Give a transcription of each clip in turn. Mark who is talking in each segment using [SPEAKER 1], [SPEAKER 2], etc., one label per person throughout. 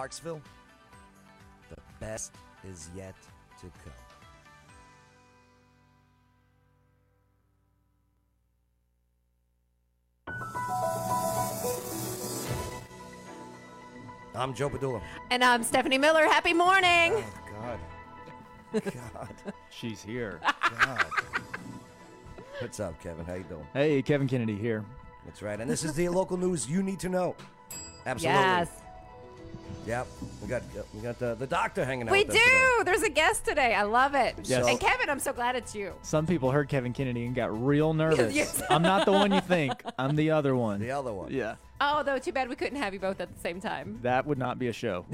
[SPEAKER 1] Clarksville, the best is yet to come. I'm Joe Padula.
[SPEAKER 2] And I'm Stephanie Miller. Happy morning.
[SPEAKER 1] Oh, God. God.
[SPEAKER 3] She's here.
[SPEAKER 1] God. What's up, Kevin? How you doing?
[SPEAKER 3] hey, Kevin Kennedy here.
[SPEAKER 1] That's right. And this is the local news you need to know. Absolutely.
[SPEAKER 2] Yes.
[SPEAKER 1] Yep. We got we got the, the doctor hanging out.
[SPEAKER 2] We
[SPEAKER 1] with us today.
[SPEAKER 2] do. There's a guest today. I love it.
[SPEAKER 3] Yes.
[SPEAKER 2] And Kevin, I'm so glad it's you.
[SPEAKER 3] Some people heard Kevin Kennedy and got real nervous.
[SPEAKER 2] Yes.
[SPEAKER 3] I'm not the one you think. I'm the other one.
[SPEAKER 1] The other one.
[SPEAKER 3] Yeah.
[SPEAKER 2] Oh, though, too bad we couldn't have you both at the same time.
[SPEAKER 3] That would not be a show.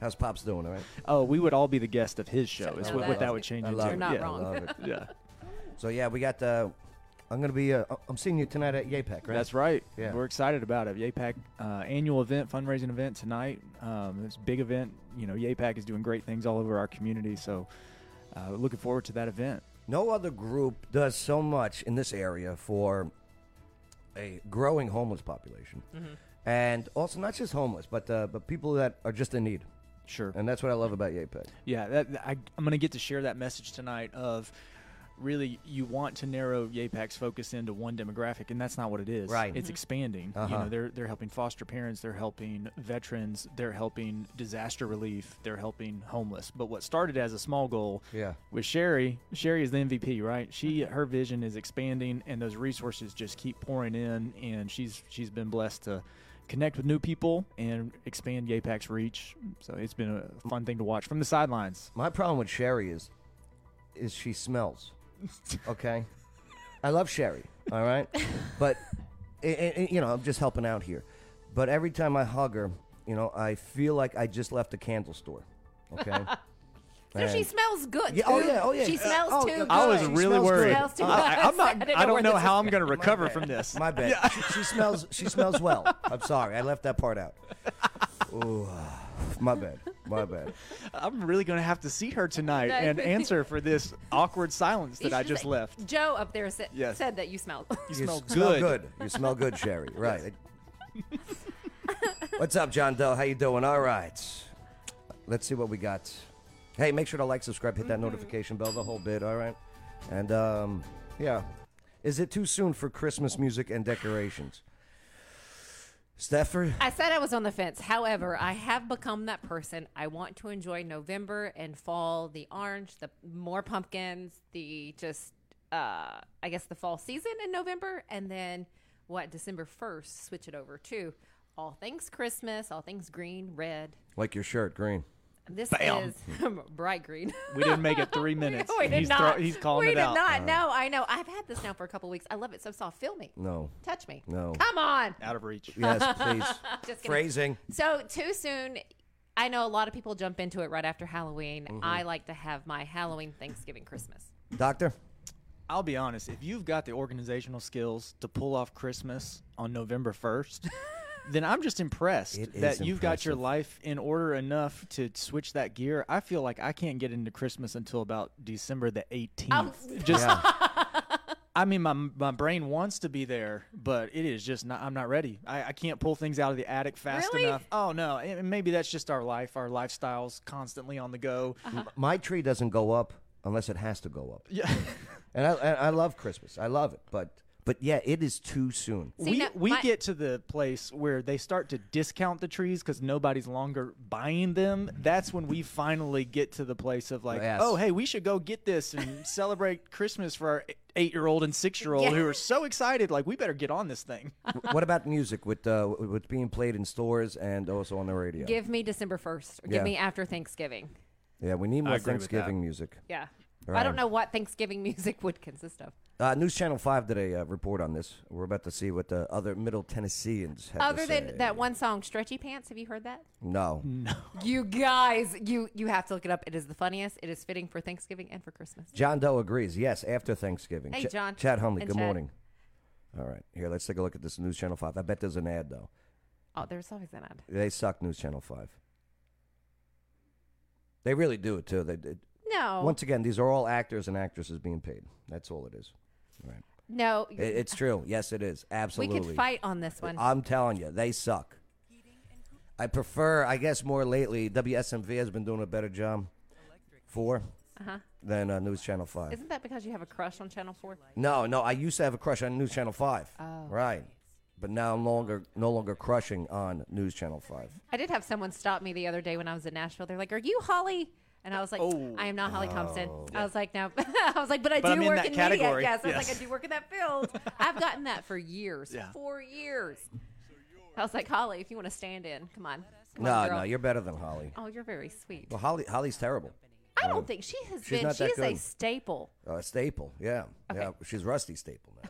[SPEAKER 1] How's Pops doing? All right.
[SPEAKER 3] oh, we would all be the guest of his show. Is
[SPEAKER 2] No,
[SPEAKER 3] what,
[SPEAKER 2] that-
[SPEAKER 3] what that would change
[SPEAKER 1] I
[SPEAKER 3] it
[SPEAKER 1] love
[SPEAKER 3] to.
[SPEAKER 2] You're not
[SPEAKER 3] yeah.
[SPEAKER 1] I
[SPEAKER 2] wrong.
[SPEAKER 1] love it.
[SPEAKER 3] Yeah.
[SPEAKER 1] So yeah, we got. Uh, I'm gonna be. Uh, I'm seeing you tonight at YAPEC, right?
[SPEAKER 3] That's right.
[SPEAKER 1] Yeah.
[SPEAKER 3] We're excited about it. YAPAC uh, annual event, fundraising event tonight. Um, it's a big event. You know, YAPAC is doing great things all over our community. So, uh, looking forward to that event.
[SPEAKER 1] No other group does so much in this area for a growing homeless population,
[SPEAKER 2] Mm-hmm.
[SPEAKER 1] and also not just homeless, but uh, but people that are just in need.
[SPEAKER 3] Sure.
[SPEAKER 1] And that's what I love about YAPEC.
[SPEAKER 3] Yeah, that, I, I'm going to get to share that message tonight of really you want to narrow YAPAC's focus into one demographic, and that's not what it is.
[SPEAKER 1] Right.
[SPEAKER 3] It's expanding. You know, they're, they're helping foster parents, they're helping veterans, they're helping disaster relief, they're helping homeless. But what started as a small goal
[SPEAKER 1] Yeah.
[SPEAKER 3] with Sherry, Sherry is the MVP, right? She her vision is expanding and those resources just keep pouring in and she's she's been blessed to connect with new people and expand YAPAC's reach. So it's been a fun thing to watch from the sidelines.
[SPEAKER 1] My problem with Sherry is, is she smells. Okay, I love Sherry. All right, but i i you know I'm just helping out here. But every time I hug her, you know I feel like I just left a candle store. Okay.
[SPEAKER 2] So she
[SPEAKER 1] And-
[SPEAKER 2] smells good.
[SPEAKER 1] Yeah, oh
[SPEAKER 2] too.
[SPEAKER 1] yeah, oh yeah.
[SPEAKER 2] She
[SPEAKER 1] Uh,
[SPEAKER 2] smells
[SPEAKER 1] oh,
[SPEAKER 2] too
[SPEAKER 1] uh,
[SPEAKER 2] good.
[SPEAKER 3] I was
[SPEAKER 1] She
[SPEAKER 3] really
[SPEAKER 1] smells
[SPEAKER 3] worried.
[SPEAKER 2] good. Smells too
[SPEAKER 3] I,
[SPEAKER 2] good.
[SPEAKER 3] I'm not.
[SPEAKER 2] I
[SPEAKER 3] I,
[SPEAKER 2] didn't know where
[SPEAKER 3] don't know
[SPEAKER 2] this
[SPEAKER 3] how
[SPEAKER 2] was
[SPEAKER 3] I'm going to
[SPEAKER 1] My
[SPEAKER 3] recover
[SPEAKER 1] bad.
[SPEAKER 3] from this.
[SPEAKER 1] My bad. She, she smells. She smells well. I'm sorry. I left that part out. Ooh, my bad. My bad.
[SPEAKER 3] I'm really going to have to see her tonight and answer for this awkward silence that
[SPEAKER 2] You
[SPEAKER 3] I
[SPEAKER 2] should
[SPEAKER 3] just
[SPEAKER 2] say-
[SPEAKER 3] left.
[SPEAKER 2] Joe up there said,
[SPEAKER 3] Yes.
[SPEAKER 2] said that you smell.
[SPEAKER 3] You
[SPEAKER 1] You
[SPEAKER 3] smell
[SPEAKER 1] s-
[SPEAKER 3] good.
[SPEAKER 1] You smell good, Sherry. Right. What's up, John Doe? How you doing? All right. Let's see what we got. Hey, make sure to like, subscribe, hit that
[SPEAKER 3] Mm-hmm.
[SPEAKER 1] notification bell, the whole bit. All right. And um, yeah, is it too soon for Christmas music and decorations? Stafford.
[SPEAKER 2] I said I was on the fence. However, I have become that person. I want to enjoy November and fall, the orange, the more pumpkins, the just uh I guess the fall season in November and then what December 1st switch it over to all things Christmas, all things green, red.
[SPEAKER 1] Like your shirt, green.
[SPEAKER 2] This
[SPEAKER 3] Bam.
[SPEAKER 2] is bright green.
[SPEAKER 3] We didn't make it three minutes.
[SPEAKER 2] we
[SPEAKER 3] and
[SPEAKER 2] did
[SPEAKER 3] he's
[SPEAKER 2] not.
[SPEAKER 3] throw- he's calling
[SPEAKER 2] we
[SPEAKER 3] it
[SPEAKER 2] did
[SPEAKER 3] out. Uh-huh.
[SPEAKER 2] not. No, I know. I've had this now for a couple weeks. I love it. So soft. Feel me.
[SPEAKER 1] No.
[SPEAKER 2] Touch me.
[SPEAKER 1] No.
[SPEAKER 2] Come on.
[SPEAKER 3] Out of reach.
[SPEAKER 1] Yes, please.
[SPEAKER 2] Just kidding.
[SPEAKER 1] Phrasing.
[SPEAKER 2] So too soon. I know a lot of people jump into it right after Halloween.
[SPEAKER 1] Mm-hmm.
[SPEAKER 2] I like to have my Halloween, Thanksgiving, Christmas.
[SPEAKER 1] Doctor?
[SPEAKER 3] I'll be honest. If you've got the organizational skills to pull off Christmas on November 1st, then I'm just impressed
[SPEAKER 1] It
[SPEAKER 3] that
[SPEAKER 1] is
[SPEAKER 3] you've got your
[SPEAKER 1] impressive.
[SPEAKER 3] life in order enough to switch that gear. I feel like I can't get into Christmas until about December the 18th. just I mean, my my brain wants to be there, but it is just not. I'm not ready. I, I can't pull things out of the attic fast
[SPEAKER 2] Really?
[SPEAKER 3] enough. Oh no, and and maybe that's just our life. Our lifestyles constantly on the go.
[SPEAKER 1] M- My tree doesn't go up unless it has to go up.
[SPEAKER 3] Yeah,
[SPEAKER 1] And I, and I love Christmas. I love it. But but yeah, it is too soon.
[SPEAKER 2] See,
[SPEAKER 3] we
[SPEAKER 2] no,
[SPEAKER 3] we
[SPEAKER 2] my-
[SPEAKER 3] get to the place where they start to discount the trees because nobody's longer buying them. That's when we finally get to the place of like,
[SPEAKER 1] Yes.
[SPEAKER 3] oh hey, we should go get this and celebrate Christmas for our eight year old and six year old
[SPEAKER 2] Yeah. Uh-huh.
[SPEAKER 3] who are so excited. Like we better get on this thing.
[SPEAKER 1] W- what about music with uh, w- what's being played in stores and also on the radio?
[SPEAKER 2] Give me December first. Give
[SPEAKER 1] Yeah.
[SPEAKER 2] me after Thanksgiving.
[SPEAKER 1] yeah, we need more
[SPEAKER 3] agree with
[SPEAKER 1] Thanksgiving music.
[SPEAKER 2] Yeah. I
[SPEAKER 1] Right.
[SPEAKER 2] don't know what Thanksgiving music would consist of,
[SPEAKER 1] Uh, News Channel 5 did a uh, report on this. We're about to see what the other Middle Tennesseans have to
[SPEAKER 2] other
[SPEAKER 1] say.
[SPEAKER 2] than that Mm. one song, "Stretchy Pants." Have you heard that?
[SPEAKER 1] No.
[SPEAKER 2] You guys, you you have to look it up. It is the funniest. It is fitting for Thanksgiving and for Christmas.
[SPEAKER 1] John Doe agrees. Yes, after Thanksgiving.
[SPEAKER 2] Hey,
[SPEAKER 1] Ch-
[SPEAKER 2] John.
[SPEAKER 1] Chad Humley,
[SPEAKER 2] And
[SPEAKER 1] good
[SPEAKER 2] Chad.
[SPEAKER 1] morning. All right, here, let's take a look at this News Channel 5. I bet there's an ad, though.
[SPEAKER 2] Oh, there's always an ad.
[SPEAKER 1] They suck, News Channel 5. They really do, too. They, they,
[SPEAKER 2] No,
[SPEAKER 1] Once again, these are all actors and actresses being paid. That's all it is. Right.
[SPEAKER 2] no,
[SPEAKER 1] I- it's true. Yes, it is.
[SPEAKER 2] we
[SPEAKER 1] Absolutely.
[SPEAKER 2] could fight on this one.
[SPEAKER 1] I'm telling you, they suck. I prefer, I guess, more lately. WSMV has been doing a better job for
[SPEAKER 2] Uh-huh.
[SPEAKER 1] than uh, News Channel Five.
[SPEAKER 2] Isn't that because you have a crush on Channel Four?
[SPEAKER 1] no, no, I used to have a crush on News Channel Five.
[SPEAKER 2] Oh.
[SPEAKER 1] Right, but now I'm longer no longer crushing on News Channel Five.
[SPEAKER 2] I did have someone stop me the other day when I was in Nashville. They're like, "Are you Holly?" And I was like,
[SPEAKER 3] Oh.
[SPEAKER 2] "I am not Holly Thompson." I was like, "No." I was like, "But I
[SPEAKER 3] But
[SPEAKER 2] do
[SPEAKER 3] I'm in
[SPEAKER 2] work
[SPEAKER 3] that
[SPEAKER 2] in, media."
[SPEAKER 3] category.
[SPEAKER 2] Yes, I was
[SPEAKER 3] Yes.
[SPEAKER 2] like, "I do work in that field." I've gotten that for years,
[SPEAKER 3] Yeah.
[SPEAKER 2] four years. I was like, "Holly, if you want to stand in, come on." Come
[SPEAKER 1] No,
[SPEAKER 2] on, girl."
[SPEAKER 1] no, you're better than Holly.
[SPEAKER 2] Oh, you're very sweet.
[SPEAKER 1] Well, Holly, Holly's terrible.
[SPEAKER 2] I
[SPEAKER 3] um,
[SPEAKER 2] don't think she has
[SPEAKER 1] she's
[SPEAKER 2] been.
[SPEAKER 1] not
[SPEAKER 2] She
[SPEAKER 1] that
[SPEAKER 2] is a
[SPEAKER 1] good.
[SPEAKER 2] staple.
[SPEAKER 1] Uh, staple, yeah, yeah. She's Rusty Staple now.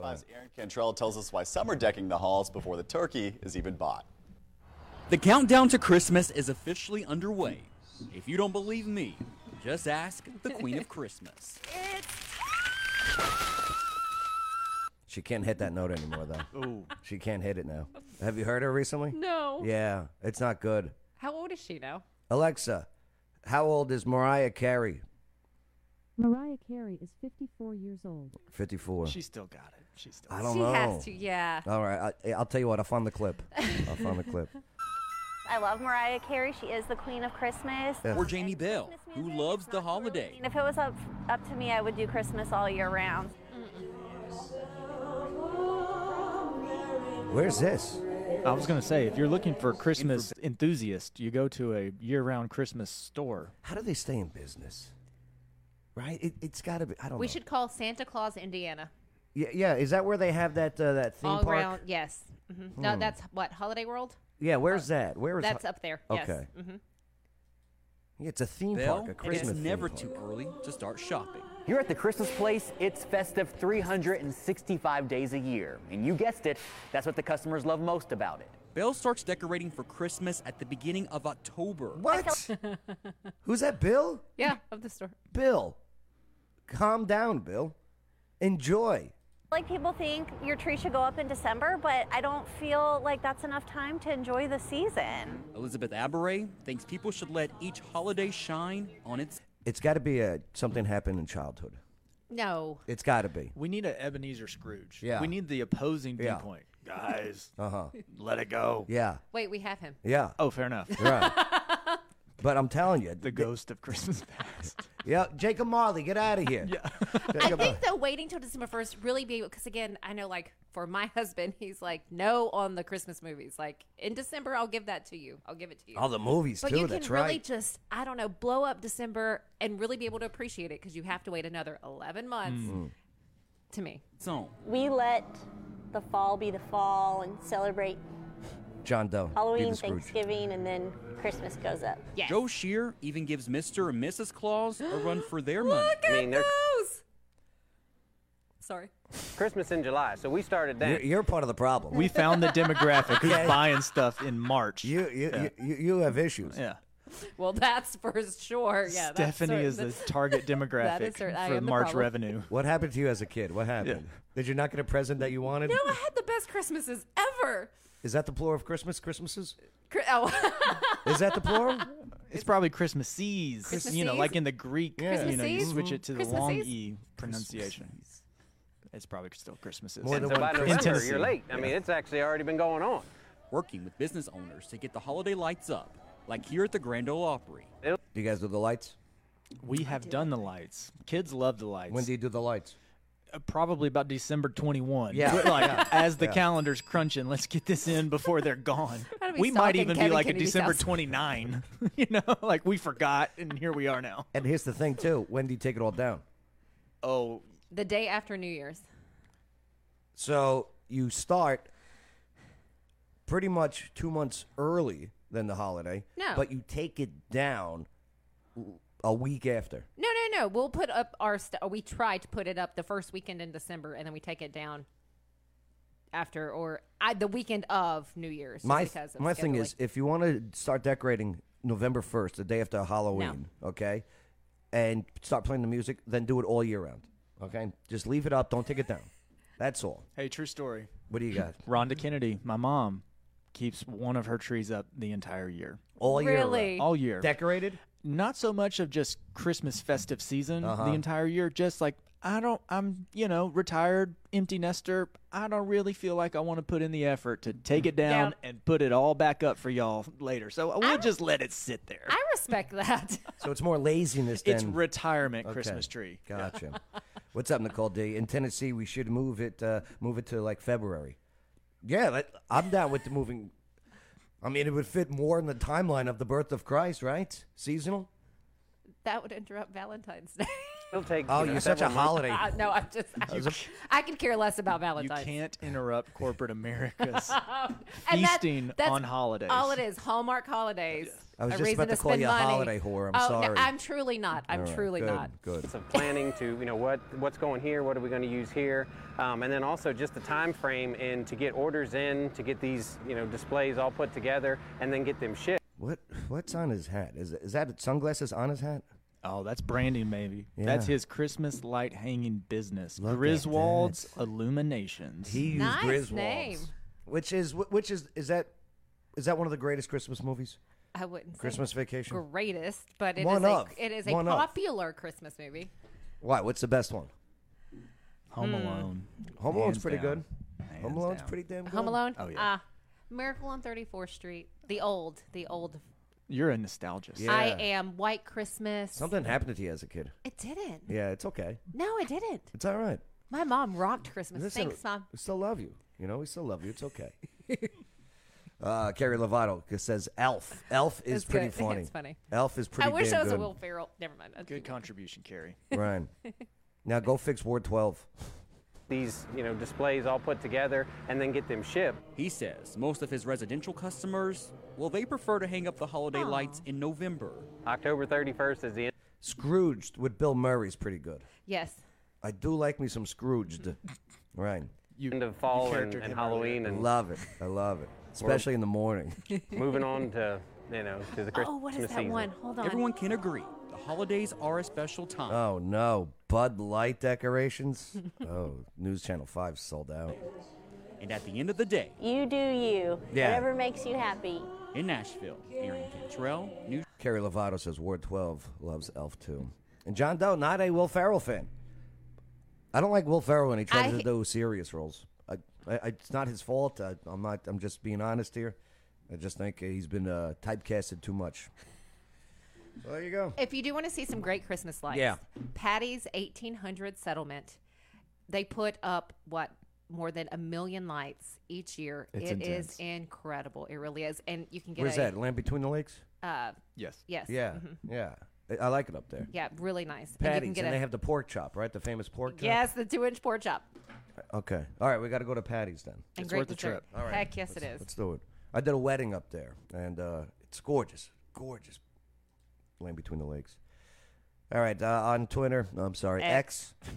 [SPEAKER 4] Five's Aaron Cantrell tells us why some are decking the halls before the turkey is even bought.
[SPEAKER 5] The countdown to Christmas is officially underway. If you don't believe me, just ask the Queen of Christmas.
[SPEAKER 1] She can't hit that note anymore, though. She can't hit it now. Have you heard her recently?
[SPEAKER 2] No.
[SPEAKER 1] Yeah, it's not good.
[SPEAKER 2] How old is she now?
[SPEAKER 1] Alexa, how old is Mariah Carey?
[SPEAKER 6] Mariah Carey is 54 years old.
[SPEAKER 1] 54.
[SPEAKER 3] She still got it. She still.
[SPEAKER 1] I don't
[SPEAKER 2] she
[SPEAKER 1] know.
[SPEAKER 2] has to. Yeah.
[SPEAKER 1] All right, I, I'll tell you what. I'll find the clip. I'll find the clip.
[SPEAKER 7] I love Mariah Carey. She is the queen of Christmas.
[SPEAKER 1] Yeah.
[SPEAKER 5] Or Jamie Bell,
[SPEAKER 7] Christmas
[SPEAKER 5] who
[SPEAKER 7] music,
[SPEAKER 5] loves
[SPEAKER 7] it's
[SPEAKER 5] the
[SPEAKER 7] not
[SPEAKER 5] holiday.
[SPEAKER 7] cruel. And if it was up up to me, I would do Christmas all year round.
[SPEAKER 1] Where's this?
[SPEAKER 3] I was gonna say, if you're looking for a Christmas enthusiast, you go to a year-round Christmas store.
[SPEAKER 1] How do they stay in business? Right? It, it's got to be. I
[SPEAKER 3] Oh,
[SPEAKER 1] don't
[SPEAKER 2] We
[SPEAKER 1] know.
[SPEAKER 2] should call Santa Claus Indiana.
[SPEAKER 1] Yeah, yeah, is that where they have that uh, that theme
[SPEAKER 2] All
[SPEAKER 1] park?
[SPEAKER 2] around. Yes. hmm No, that's what Holiday World.
[SPEAKER 1] Yeah, where's that? Where is
[SPEAKER 2] That's up there. Yes.
[SPEAKER 1] Okay.
[SPEAKER 2] hmm
[SPEAKER 1] Yeah, it's a theme
[SPEAKER 5] Bell,
[SPEAKER 1] park, a
[SPEAKER 5] it
[SPEAKER 1] Christmas
[SPEAKER 5] is
[SPEAKER 1] theme
[SPEAKER 5] never
[SPEAKER 1] park.
[SPEAKER 5] too early to start shopping.
[SPEAKER 8] Here at the Christmas Place, it's festive 365 days a year. And you guessed it, that's what the customers love most about it.
[SPEAKER 5] Bell starts decorating for Christmas at the beginning of October.
[SPEAKER 1] What? Who's that? Bill?
[SPEAKER 2] Yeah, of the store.
[SPEAKER 1] Bill, calm down, Bill. Enjoy.
[SPEAKER 7] Like people think your tree should go up in December, but I don't feel like that's enough time to enjoy the season.
[SPEAKER 5] Elizabeth Aberay thinks people should let each holiday shine on its
[SPEAKER 1] It's got to be a something happened in childhood.
[SPEAKER 2] No.
[SPEAKER 1] It's got to be.
[SPEAKER 3] We need an Ebenezer Scrooge.
[SPEAKER 1] Yeah.
[SPEAKER 3] We need the opposing
[SPEAKER 1] Yeah.
[SPEAKER 3] viewpoint. Guys,
[SPEAKER 1] Uh huh.
[SPEAKER 3] let it go.
[SPEAKER 1] Yeah.
[SPEAKER 2] Wait, we have him.
[SPEAKER 1] Yeah.
[SPEAKER 3] Oh, fair enough.
[SPEAKER 1] Right. but I'm telling you,
[SPEAKER 3] the ghost of Christmas past.
[SPEAKER 1] yeah, Jacob Marley, get out of here. yeah.
[SPEAKER 2] I think though waiting till December first really be because again I know like for my husband he's like no on the Christmas movies like in December I'll give that to you I'll give it to you
[SPEAKER 1] All the movies
[SPEAKER 2] but
[SPEAKER 1] too.
[SPEAKER 2] you can
[SPEAKER 1] that's
[SPEAKER 2] really
[SPEAKER 1] right.
[SPEAKER 2] just I don't know blow up December and really be able to appreciate it because you have to wait another eleven months
[SPEAKER 1] Hmm.
[SPEAKER 2] to me
[SPEAKER 5] own.
[SPEAKER 7] We let the fall be the fall and celebrate
[SPEAKER 1] John Doe. be
[SPEAKER 7] Halloween,
[SPEAKER 1] the Scrooge.
[SPEAKER 7] Thanksgiving, and then Christmas goes up.
[SPEAKER 2] yeah
[SPEAKER 5] Joe Shear even gives Mr. and Mrs. Claus a run for their money.
[SPEAKER 2] look at
[SPEAKER 8] I mean, they're-
[SPEAKER 2] those sorry
[SPEAKER 8] Christmas in July, so we started that.
[SPEAKER 1] You're, you're part of the problem.
[SPEAKER 3] We found the demographic who's buying stuff in March.
[SPEAKER 1] you, you, you, you have issues.
[SPEAKER 3] yeah.
[SPEAKER 2] well that's for sure yeah that's
[SPEAKER 3] Stephanie is the
[SPEAKER 2] certain.
[SPEAKER 3] target demographic
[SPEAKER 2] certain. I
[SPEAKER 3] for
[SPEAKER 2] am the
[SPEAKER 3] March
[SPEAKER 2] problem.
[SPEAKER 3] revenue.
[SPEAKER 1] What happened to you as a kid? What happened? Did you not get a present that you wanted?
[SPEAKER 2] no I had the best Christmases ever
[SPEAKER 1] Is that the plural of Christmas? Christmases?
[SPEAKER 2] Cri- oh.
[SPEAKER 1] Is that the plural?
[SPEAKER 3] It's probably Christmases, you know,
[SPEAKER 2] Christmases?
[SPEAKER 3] like in the Greek,
[SPEAKER 1] Yeah.
[SPEAKER 3] you know, you
[SPEAKER 2] Christmases?
[SPEAKER 3] switch it to the long
[SPEAKER 2] Christmases?
[SPEAKER 3] e pronunciation. It's probably still Christmases.
[SPEAKER 1] More than
[SPEAKER 8] so by
[SPEAKER 1] one
[SPEAKER 3] Christmas.
[SPEAKER 8] November,
[SPEAKER 3] Tennessee.
[SPEAKER 8] you're late. I mean, it's actually already been going on.
[SPEAKER 5] Working with business owners to get the holiday lights up, like here at the Grand Ole Opry.
[SPEAKER 1] do you guys do the lights?
[SPEAKER 3] We have done the lights. Kids love the lights.
[SPEAKER 1] When do you do the lights?
[SPEAKER 3] Uh, probably about December 21.
[SPEAKER 1] Yeah.
[SPEAKER 3] We're like, as the calendar's crunching, let's get this in before they're gone.
[SPEAKER 2] Gotta be
[SPEAKER 3] We
[SPEAKER 2] stalking
[SPEAKER 3] might even
[SPEAKER 2] Kevin
[SPEAKER 3] be like a
[SPEAKER 2] Kennedy's
[SPEAKER 3] December
[SPEAKER 2] house.
[SPEAKER 3] 29. you know, like we forgot and here we are now.
[SPEAKER 1] And here's the thing, too. When do you take it all down?
[SPEAKER 3] Oh,
[SPEAKER 2] the day after New Year's
[SPEAKER 1] So you start pretty much two months early than the holiday.
[SPEAKER 2] No.
[SPEAKER 1] But you take it down a week after.
[SPEAKER 2] No, no, no. We'll put up our st- we try to put it up the first weekend in December and then we take it down after or I, the weekend of New Year's. just
[SPEAKER 1] My
[SPEAKER 2] because of
[SPEAKER 1] my thing is,
[SPEAKER 2] scheduling.
[SPEAKER 1] if you want to start decorating November first, the day after Halloween, okay, and start playing the music, then do it all year round. Okay, just leave it up. Don't take it down. That's all.
[SPEAKER 3] hey, true story.
[SPEAKER 1] What do you got?
[SPEAKER 3] Rhonda Kennedy, my mom, keeps one of her trees up the entire year,
[SPEAKER 1] All year
[SPEAKER 2] Really?
[SPEAKER 1] round.
[SPEAKER 3] all year.
[SPEAKER 1] decorated. Uh-huh.
[SPEAKER 3] Not so much of just Christmas festive season the entire year, just like I don't, I'm, you know, retired, empty nester. I don't really feel like I want to put in the effort to take it down
[SPEAKER 2] Down.
[SPEAKER 3] and put it all back up for y'all later. So we'll just let it sit there.
[SPEAKER 2] I respect that.
[SPEAKER 1] So it's more laziness than
[SPEAKER 3] it's retirement
[SPEAKER 1] Okay.
[SPEAKER 3] Christmas tree.
[SPEAKER 1] Gotcha. What's up, Nicole D? In Tennessee, we should move it. Uh, move it to like February. Yeah, that, I'm down with the moving. I mean, it would fit more in the timeline of the birth of Christ, right? Seasonal.
[SPEAKER 2] that would interrupt Valentine's Day.
[SPEAKER 8] It'll take.
[SPEAKER 1] Oh,
[SPEAKER 8] you know,
[SPEAKER 1] you're such a
[SPEAKER 8] several months.
[SPEAKER 1] holiday.
[SPEAKER 2] Uh, no, I'm just. I, I could care less about
[SPEAKER 3] You
[SPEAKER 2] Valentine's.
[SPEAKER 3] can't interrupt corporate America's
[SPEAKER 2] And that-
[SPEAKER 3] feasting
[SPEAKER 2] that's
[SPEAKER 3] on holidays.
[SPEAKER 2] All it is, Hallmark holidays.
[SPEAKER 1] I was
[SPEAKER 2] a
[SPEAKER 1] just
[SPEAKER 2] reason
[SPEAKER 1] about to call
[SPEAKER 2] spend
[SPEAKER 1] you a
[SPEAKER 2] money.
[SPEAKER 1] holiday whore. I'm
[SPEAKER 2] oh,
[SPEAKER 1] sorry.
[SPEAKER 2] No, I'm truly not. I'm
[SPEAKER 1] All right,
[SPEAKER 2] truly
[SPEAKER 1] good,
[SPEAKER 2] not.
[SPEAKER 1] Good.
[SPEAKER 9] of planning to you know what what's going here what are we going to use here um, and then also just the time frame and to get orders in to get these you know displays all put together and then get them shipped
[SPEAKER 1] What What's on his hat? Is is that sunglasses on his hat?
[SPEAKER 3] Oh, that's branding, maybe. That's
[SPEAKER 1] Yeah.
[SPEAKER 3] his Christmas light hanging business,
[SPEAKER 1] Look at
[SPEAKER 3] Griswold's Illuminations.
[SPEAKER 1] He used
[SPEAKER 2] Nice
[SPEAKER 1] Griswold's,
[SPEAKER 2] name.
[SPEAKER 1] which is wh- which is is that is that one of the greatest Christmas movies?
[SPEAKER 2] I wouldn't say
[SPEAKER 1] Christmas Vacation.
[SPEAKER 2] greatest, but it is
[SPEAKER 1] One
[SPEAKER 2] a,
[SPEAKER 1] of.
[SPEAKER 2] it is a
[SPEAKER 1] One of.
[SPEAKER 2] popular Christmas movie.
[SPEAKER 1] Why? What's the best one?
[SPEAKER 3] Home
[SPEAKER 2] Hmm.
[SPEAKER 3] Alone.
[SPEAKER 1] Home Alone's
[SPEAKER 3] Hands
[SPEAKER 1] pretty
[SPEAKER 3] down.
[SPEAKER 1] good.
[SPEAKER 3] Hands
[SPEAKER 1] Home Alone's
[SPEAKER 3] down.
[SPEAKER 1] pretty damn good.
[SPEAKER 2] Home Alone.
[SPEAKER 3] Oh, yeah.
[SPEAKER 2] Uh, Miracle on 34th Street. The old, the old.
[SPEAKER 3] You're a nostalgist.
[SPEAKER 1] Yeah.
[SPEAKER 2] I am White Christmas.
[SPEAKER 1] Something happened to you as a kid.
[SPEAKER 2] It didn't.
[SPEAKER 1] Yeah, it's okay.
[SPEAKER 2] No, it didn't.
[SPEAKER 1] It's all right.
[SPEAKER 2] My mom rocked Christmas.
[SPEAKER 1] Listen,
[SPEAKER 2] Thanks, mom.
[SPEAKER 1] We still love you. You know, we still love you. It's okay. uh, Carrie Lovato says Elf. Elf is
[SPEAKER 2] It's
[SPEAKER 1] pretty
[SPEAKER 2] good.
[SPEAKER 1] funny.
[SPEAKER 2] It's funny.
[SPEAKER 1] Elf is
[SPEAKER 2] I
[SPEAKER 1] pretty.
[SPEAKER 2] wish
[SPEAKER 1] damn
[SPEAKER 2] I was
[SPEAKER 1] good.
[SPEAKER 2] a Will Ferrell. Never mind. That's
[SPEAKER 3] Good
[SPEAKER 2] too
[SPEAKER 3] contribution, Carrie.
[SPEAKER 1] Ryan. Now go fix Ward 12.
[SPEAKER 9] these you know displays all put together and then get them shipped
[SPEAKER 5] He says most of his residential customers, well, they prefer to hang up the holiday lights in November.
[SPEAKER 9] october 31st is the end
[SPEAKER 1] Scrooged with Bill Murray's pretty good.
[SPEAKER 2] Yes.
[SPEAKER 1] I do like me some Scrooged. Ryan.
[SPEAKER 3] You,
[SPEAKER 9] end of fall and,
[SPEAKER 3] charactered
[SPEAKER 9] and
[SPEAKER 3] him earlier.
[SPEAKER 9] halloween and
[SPEAKER 1] Love it. I love it. Especially in the morning.
[SPEAKER 9] moving on to you know to the christmas
[SPEAKER 2] Oh, what is that
[SPEAKER 9] season.
[SPEAKER 2] one? Hold on.
[SPEAKER 5] Everyone can agree the holidays are a special time.
[SPEAKER 1] Oh no, Bud Light decorations. oh, News Channel Five sold out.
[SPEAKER 5] and at the end of the day,
[SPEAKER 7] You do you.
[SPEAKER 1] Yeah.
[SPEAKER 7] Whatever makes you happy.
[SPEAKER 5] in Nashville, Aaron Cantrell, News
[SPEAKER 1] Carrie Lovato says Ward 12 loves Elf too. And John Doe, not a Will Ferrell fan. I don't like Will Ferrell when he tries
[SPEAKER 2] I-
[SPEAKER 1] to do serious roles. I, I, I- it's not his fault. I, I'm not. I'm just being honest here. I just think he's been uh, typecasted too much. Well, there you go.
[SPEAKER 2] If you do want to see some great Christmas lights,
[SPEAKER 1] Yeah.
[SPEAKER 2] Patty's 1800 settlement, they put up what more than a million lights each year.
[SPEAKER 3] It's
[SPEAKER 2] It is
[SPEAKER 3] intense.
[SPEAKER 2] incredible. It really is, and you can get
[SPEAKER 1] Where's
[SPEAKER 2] a,
[SPEAKER 1] that? Land Between the Lakes?
[SPEAKER 2] Uh,
[SPEAKER 3] yes.
[SPEAKER 2] yes,
[SPEAKER 1] Yeah, yeah. I, I like it up there.
[SPEAKER 2] yeah, really nice.
[SPEAKER 1] Patty's,
[SPEAKER 2] and you
[SPEAKER 1] and,
[SPEAKER 2] can get a,
[SPEAKER 1] they have the pork chop, right? The famous pork chop.
[SPEAKER 2] yes, the two inch pork chop.
[SPEAKER 1] Okay. All right, we got to go to Patty's then.
[SPEAKER 2] And
[SPEAKER 3] It's
[SPEAKER 2] great
[SPEAKER 3] worth the
[SPEAKER 2] dessert.
[SPEAKER 3] trip.
[SPEAKER 1] All right.
[SPEAKER 2] Heck yes,
[SPEAKER 1] let's,
[SPEAKER 2] it is.
[SPEAKER 1] Let's do it. I did a wedding up there, and uh, it's gorgeous, gorgeous. Land between the lakes. All right, uh, on Twitter, no, I'm sorry, X.
[SPEAKER 2] X.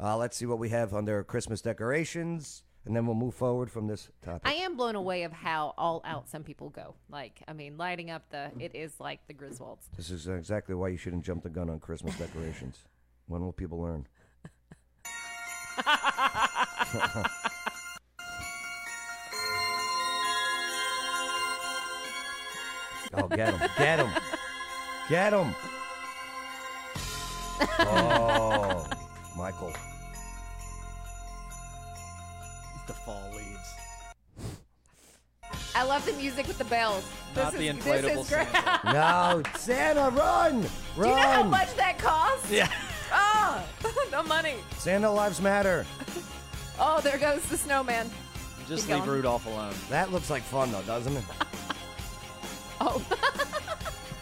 [SPEAKER 1] Uh, let's see what we have on their Christmas decorations, and then we'll move forward from this topic.
[SPEAKER 2] I am blown away of how all out some people go. Like, I mean, lighting up the it is like the Griswolds.
[SPEAKER 1] this is exactly why you shouldn't jump the gun on Christmas decorations. when will people learn? oh, get him! Get him! Get him! Oh, Michael.
[SPEAKER 3] The fall leaves.
[SPEAKER 2] I love the music with the bells.
[SPEAKER 3] Not
[SPEAKER 2] this
[SPEAKER 3] the
[SPEAKER 2] is,
[SPEAKER 3] inflatable
[SPEAKER 2] This is great.
[SPEAKER 3] Santa.
[SPEAKER 1] No, Santa, run! Run!
[SPEAKER 2] Do you know how much that costs?
[SPEAKER 3] Yeah.
[SPEAKER 2] Oh, the money.
[SPEAKER 1] Santa lives matter.
[SPEAKER 2] Oh, there goes the snowman.
[SPEAKER 3] Just
[SPEAKER 2] Keep
[SPEAKER 3] leave
[SPEAKER 2] going.
[SPEAKER 3] Rudolph alone.
[SPEAKER 1] That looks like fun, though, doesn't it?
[SPEAKER 2] Oh,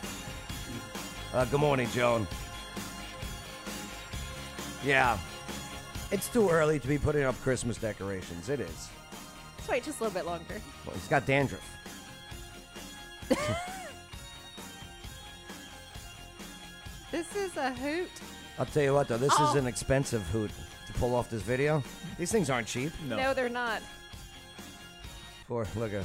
[SPEAKER 1] Uh, good morning, Joan. Yeah. It's too early to be putting up Christmas decorations. It is.
[SPEAKER 2] just wait just a little bit longer.
[SPEAKER 1] Well, he's got dandruff.
[SPEAKER 2] This is a hoot.
[SPEAKER 1] I'll tell you what, though, this is
[SPEAKER 2] Oh.
[SPEAKER 1] an expensive hoot to pull off this video. These things aren't cheap.
[SPEAKER 2] No, they're not.
[SPEAKER 1] Poor, look at.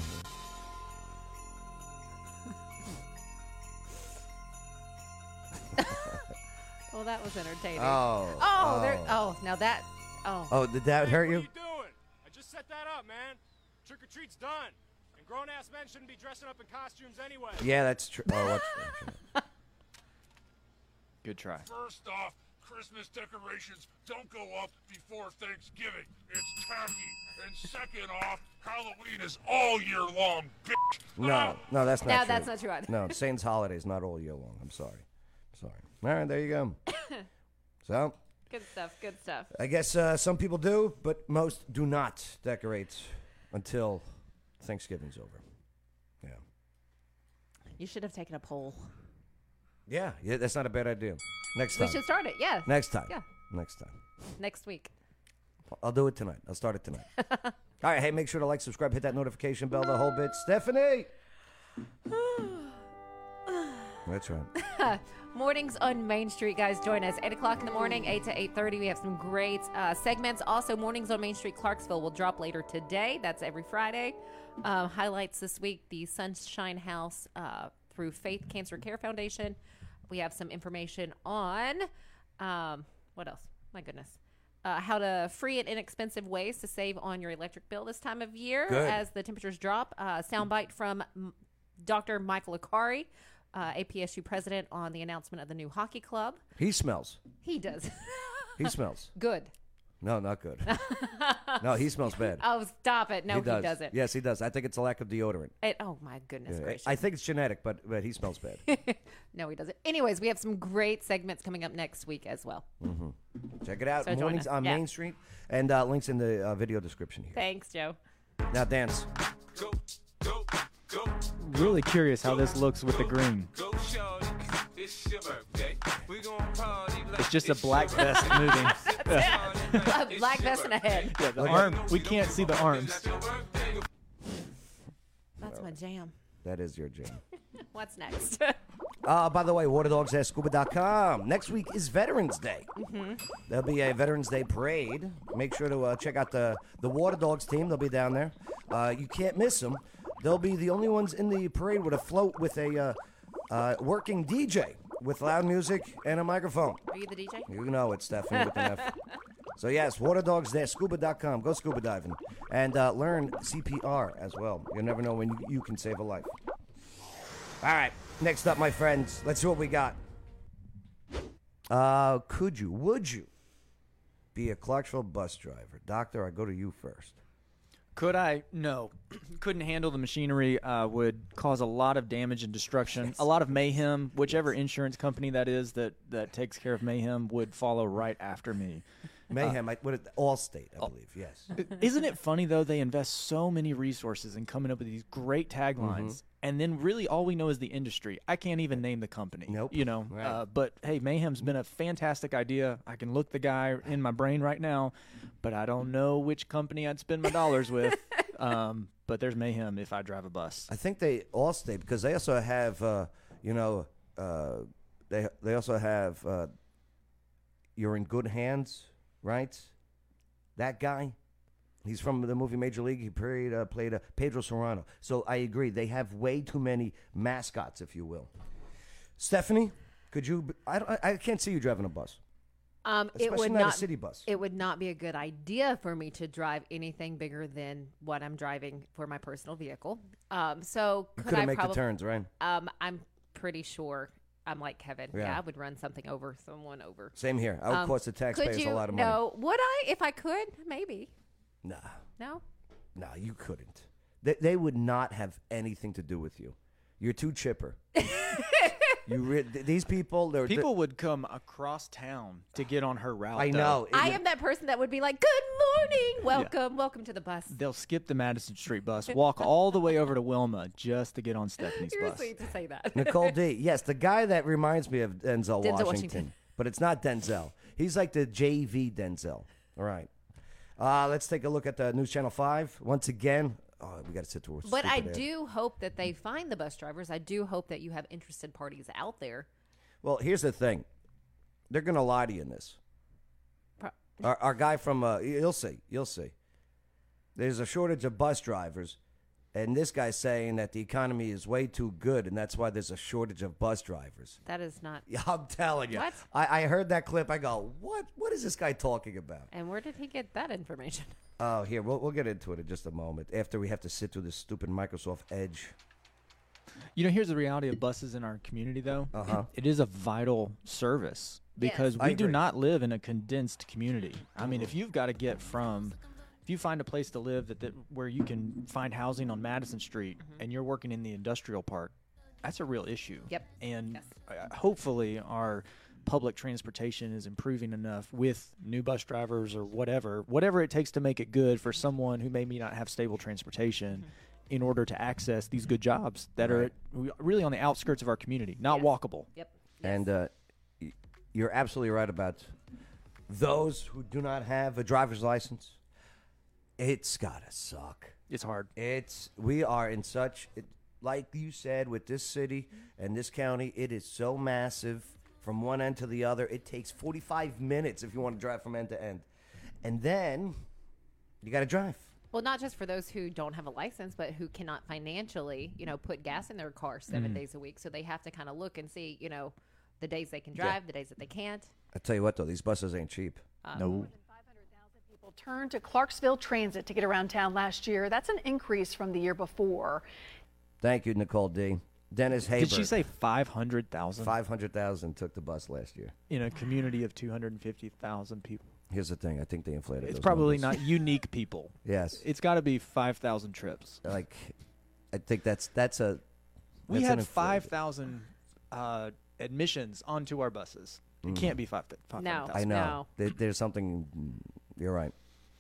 [SPEAKER 2] Well, that was entertaining.
[SPEAKER 1] Oh.
[SPEAKER 2] oh, there. Oh, now that. Oh,
[SPEAKER 1] Oh, did that hurt you?
[SPEAKER 10] doing? I just set that up, man. Trick or treat's done. And grown ass men shouldn't be dressing up in costumes anyway.
[SPEAKER 1] Yeah, that's true. Oh, what's
[SPEAKER 3] Good try.
[SPEAKER 10] First off,
[SPEAKER 11] Christmas decorations don't go up before Thanksgiving. It's tacky. And second off, Halloween is all year long, bitch.
[SPEAKER 1] No, no, that's not
[SPEAKER 2] No,
[SPEAKER 1] true.
[SPEAKER 2] that's not true either.
[SPEAKER 1] No, Satan's holidays not all year long. I'm sorry. Sorry. All right, there you go. So,
[SPEAKER 2] good stuff. Good stuff.
[SPEAKER 1] I guess uh, some people do, but most do not decorate until Thanksgiving's over. Yeah.
[SPEAKER 2] You should have taken a poll.
[SPEAKER 1] Yeah, yeah that's not a bad idea. Next time.
[SPEAKER 2] We should start it. Yeah.
[SPEAKER 1] Next time.
[SPEAKER 2] Yeah.
[SPEAKER 1] Next time.
[SPEAKER 2] Next week.
[SPEAKER 1] I'll do it tonight. I'll start it tonight. All right. Hey, make sure to like, subscribe, hit that notification bell, the whole bit. Stephanie. That's right.
[SPEAKER 2] Mornings on Main Street, guys. Join us 8 o'clock in the morning, 8 to 8.30. We have some great uh, segments. Also, Mornings on Main Street Clarksville will drop later today. That's every Friday. Um, highlights this week, the Sunshine House uh, through Faith Cancer Care Foundation. We have some information on, um, what else? My goodness. Uh, how to free and inexpensive ways to save on your electric bill this time of year
[SPEAKER 12] Good.
[SPEAKER 2] as the temperatures drop. Uh, soundbite from M- Dr. Michael Akari, uh, APSU president, on the announcement of the new hockey club.
[SPEAKER 1] He smells.
[SPEAKER 2] He does.
[SPEAKER 1] He smells.
[SPEAKER 2] Good.
[SPEAKER 1] No, not good. no, he smells bad.
[SPEAKER 2] Oh, stop it. No, he,
[SPEAKER 1] does.
[SPEAKER 2] doesn't.
[SPEAKER 1] Yes, he does. I think it's a lack of deodorant.
[SPEAKER 2] It, oh, my goodness
[SPEAKER 1] Yeah,
[SPEAKER 2] gracious.
[SPEAKER 1] I think it's genetic, but but he smells bad.
[SPEAKER 2] no, he doesn't. Anyways, we have some great segments coming up next week as well.
[SPEAKER 1] hmm Check it out.
[SPEAKER 2] So join
[SPEAKER 1] Mornings
[SPEAKER 2] us.
[SPEAKER 1] on
[SPEAKER 2] Yeah.
[SPEAKER 1] Main Street, and uh, links in the uh, video description here.
[SPEAKER 2] Thanks, Joe.
[SPEAKER 1] Now dance.
[SPEAKER 3] Really curious how this looks with the green. It's just a black vest moving. yeah.
[SPEAKER 2] A Black vest and a head.
[SPEAKER 3] the arm. We can't see the arms.
[SPEAKER 2] That's my jam.
[SPEAKER 1] That is your jam.
[SPEAKER 2] What's next?
[SPEAKER 1] Uh, by the way, waterdogs at scuba.com. Next week is Veterans Day.
[SPEAKER 2] hmm
[SPEAKER 1] There'll be a Veterans Day parade. Make sure to uh, check out the the Water Dogs team. They'll be down there. Uh, you can't miss them. They'll be the only ones in the parade with a float with a uh, uh, working DJ with loud music and a microphone.
[SPEAKER 2] Are you the DJ?
[SPEAKER 1] You know it, Stephanie. With an F. So yes, waterdogs there, scuba.com. Go scuba diving and uh, learn CPR as well. You'll never know when you, you can save a life. All right, next up, my friends, let's see what we got. Uh, could you, would you be a Clarksville bus driver? Doctor, I go to you first.
[SPEAKER 3] Could I? No. Couldn't handle the machinery. Uh, would cause a lot of damage and destruction, a lot of mayhem. Whichever insurance company that is that, that takes care of mayhem would follow right after me.
[SPEAKER 1] Mayhem, I, what, Allstate, I believe, yes.
[SPEAKER 3] Isn't it funny though? They invest so many resources in coming up with these great taglines,
[SPEAKER 1] Mhm.
[SPEAKER 3] and then really all we know is the industry. I can't even name the company. Nope. You know,
[SPEAKER 1] Right.
[SPEAKER 3] uh, but hey, Mayhem's been a fantastic idea. I can look the guy in my brain right now, but I don't know which company I'd spend my dollars with. Um, but there's Mayhem if I drive a bus.
[SPEAKER 1] I think they Allstate because they also have uh, you know uh, they they also have uh, you're in good hands, right? That guy, he's from the movie Major League. He played uh, played uh, Pedro Serrano. So I agree. They have way too many mascots, if you will. Stephanie, could you? b- I don't- I, I can't see you driving a bus.
[SPEAKER 2] Um, it
[SPEAKER 1] Especially
[SPEAKER 2] would
[SPEAKER 1] not
[SPEAKER 2] not,
[SPEAKER 1] a city bus.
[SPEAKER 2] It would not be a good idea for me to drive anything bigger than what I'm driving for my personal vehicle. Um, so
[SPEAKER 1] You
[SPEAKER 2] could
[SPEAKER 1] couldn't
[SPEAKER 2] I
[SPEAKER 1] make the
[SPEAKER 2] probab-
[SPEAKER 1] turns, right?
[SPEAKER 2] Um, I'm pretty sure. I'm like Kevin. Yeah.
[SPEAKER 1] Yeah.
[SPEAKER 2] I would run something over, someone over.
[SPEAKER 1] Same here. I would cost the
[SPEAKER 2] Um, could
[SPEAKER 1] taxpayers a
[SPEAKER 2] you-
[SPEAKER 1] lot of money.
[SPEAKER 2] No, would I? If I could, maybe.
[SPEAKER 1] Nah,
[SPEAKER 2] No.
[SPEAKER 1] nah, you couldn't. They, they would not have anything to do with you. You're too chipper. You re- th- these people, they're they're-
[SPEAKER 3] People would come across town to get on her route.
[SPEAKER 1] I
[SPEAKER 3] though.
[SPEAKER 1] know.
[SPEAKER 2] I am that person that would be like, "Good morning, welcome, welcome to the bus."
[SPEAKER 3] They'll skip the Madison Street bus, walk all the way over to Wilma just to get on Stephanie's
[SPEAKER 2] You're
[SPEAKER 3] bus.
[SPEAKER 2] sweet to say that.
[SPEAKER 1] Nicole D. Yes, the guy that reminds me of Denzel,
[SPEAKER 2] Denzel
[SPEAKER 1] Washington,
[SPEAKER 2] Washington.
[SPEAKER 1] but it's not Denzel. He's like the JV Denzel. All right. Uh, let's take a look at the News Channel 5 once again. Oh, we got to sit to a
[SPEAKER 2] But I
[SPEAKER 1] stupid ad.
[SPEAKER 2] do hope that they find the bus drivers. I do hope that you have interested parties out there.
[SPEAKER 1] Well, here's the thing they're going to lie to you in this. Our, our guy from, uh, you'll see, you'll see. There's a shortage of bus drivers, and this guy's saying that the economy is way too good, and that's why there's a shortage of bus drivers.
[SPEAKER 2] That is not.
[SPEAKER 1] Yeah, I'm telling you.
[SPEAKER 2] What?
[SPEAKER 1] I, I heard that clip. I go, what? What is this guy talking about?
[SPEAKER 2] And where did he get that information?
[SPEAKER 1] Oh, here we'll we'll get into it in just a moment after we have to sit through this stupid Microsoft Edge.
[SPEAKER 3] You know, here's the reality of buses in our community, though.
[SPEAKER 1] Uh-huh.
[SPEAKER 3] It is a vital service because
[SPEAKER 1] Yes. I
[SPEAKER 3] we do
[SPEAKER 1] agree.
[SPEAKER 3] not live in a condensed community. I mean, if you've got to get from, if you find a place to live that, that where you can find housing on Madison Street and you're working in the industrial park, that's a real issue.
[SPEAKER 2] Yep.
[SPEAKER 3] And uh, hopefully our public transportation is improving enough with new bus drivers or whatever, whatever it takes to make it good for someone who maybe not have stable transportation in order to access these good jobs that are
[SPEAKER 1] Right.
[SPEAKER 3] we- really on the outskirts of our community, not walkable.
[SPEAKER 2] Yep.
[SPEAKER 1] And uh, y- you're absolutely right about those who do not have a driver's license. It's gotta suck.
[SPEAKER 3] It's hard.
[SPEAKER 1] It's we are in such it, like you said with this city and this county. It is so massive from one end to the other. It takes 45 minutes if you want to drive from end to end, and then you got to drive.
[SPEAKER 2] Well, not just for those who don't have a license, but who cannot financially, you know, put gas in their car 7
[SPEAKER 1] Mhm.
[SPEAKER 2] days a week. So they have to kind of look and see, you know, the days they can
[SPEAKER 1] Yeah.
[SPEAKER 2] drive, the days that they can't.
[SPEAKER 1] I tell you what though, these buses ain't cheap.
[SPEAKER 2] Um,
[SPEAKER 1] no.
[SPEAKER 12] People turned to Clarksville Transit to get around town last year. That's an increase from the year before.
[SPEAKER 1] Thank you, Nicole D. Dennis Haber.
[SPEAKER 3] Did she say 500,000?
[SPEAKER 1] 500,000 took the bus last year.
[SPEAKER 3] In a community of 250,000 people.
[SPEAKER 1] Here's the thing. I think they inflated.
[SPEAKER 3] It's
[SPEAKER 1] those
[SPEAKER 3] probably
[SPEAKER 1] numbers.
[SPEAKER 3] not unique people.
[SPEAKER 1] Yes.
[SPEAKER 3] It's got to be 5,000 trips.
[SPEAKER 1] Like, I think that's that's a.
[SPEAKER 3] We
[SPEAKER 1] that's an
[SPEAKER 3] had
[SPEAKER 1] infl-
[SPEAKER 3] 5,000 uh, admissions onto our buses. It
[SPEAKER 1] Mm.
[SPEAKER 3] can't be 5,000.
[SPEAKER 1] I know.
[SPEAKER 12] No.
[SPEAKER 1] There, there's something. You're right.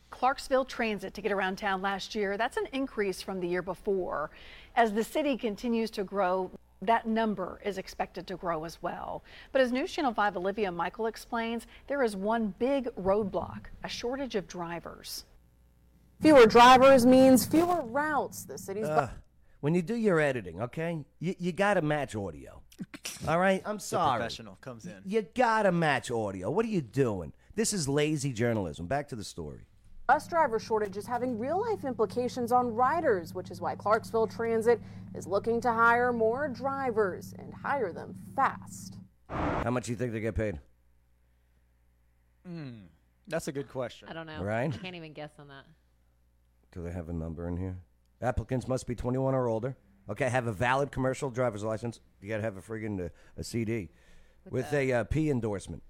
[SPEAKER 12] Clarksville Transit to get around town last year. That's an increase from the year before. As the city continues to grow, that number is expected to grow as well. But as News Channel 5 Olivia Michael explains, there is one big roadblock a shortage of drivers.
[SPEAKER 13] Fewer drivers means fewer routes. The city's bu-
[SPEAKER 1] Ugh. when you do your editing, okay, you, you got to match audio. All right, I'm sorry.
[SPEAKER 3] professional comes in.
[SPEAKER 1] You got to match audio. What are you doing? This is lazy journalism. Back to the story.
[SPEAKER 13] bus driver shortage is having real life implications on riders, which is why Clarksville Transit is looking to hire more drivers and hire them fast.
[SPEAKER 1] How much do you think they get paid?
[SPEAKER 3] Mm, that's a good question.
[SPEAKER 2] I don't know.
[SPEAKER 1] Right.
[SPEAKER 2] I can't even guess on that.
[SPEAKER 1] Do they have a number in here? Applicants must be 21 or older. Okay, have a valid commercial driver's license. You got to have a friggin' uh, a CD with a uh, P endorsement,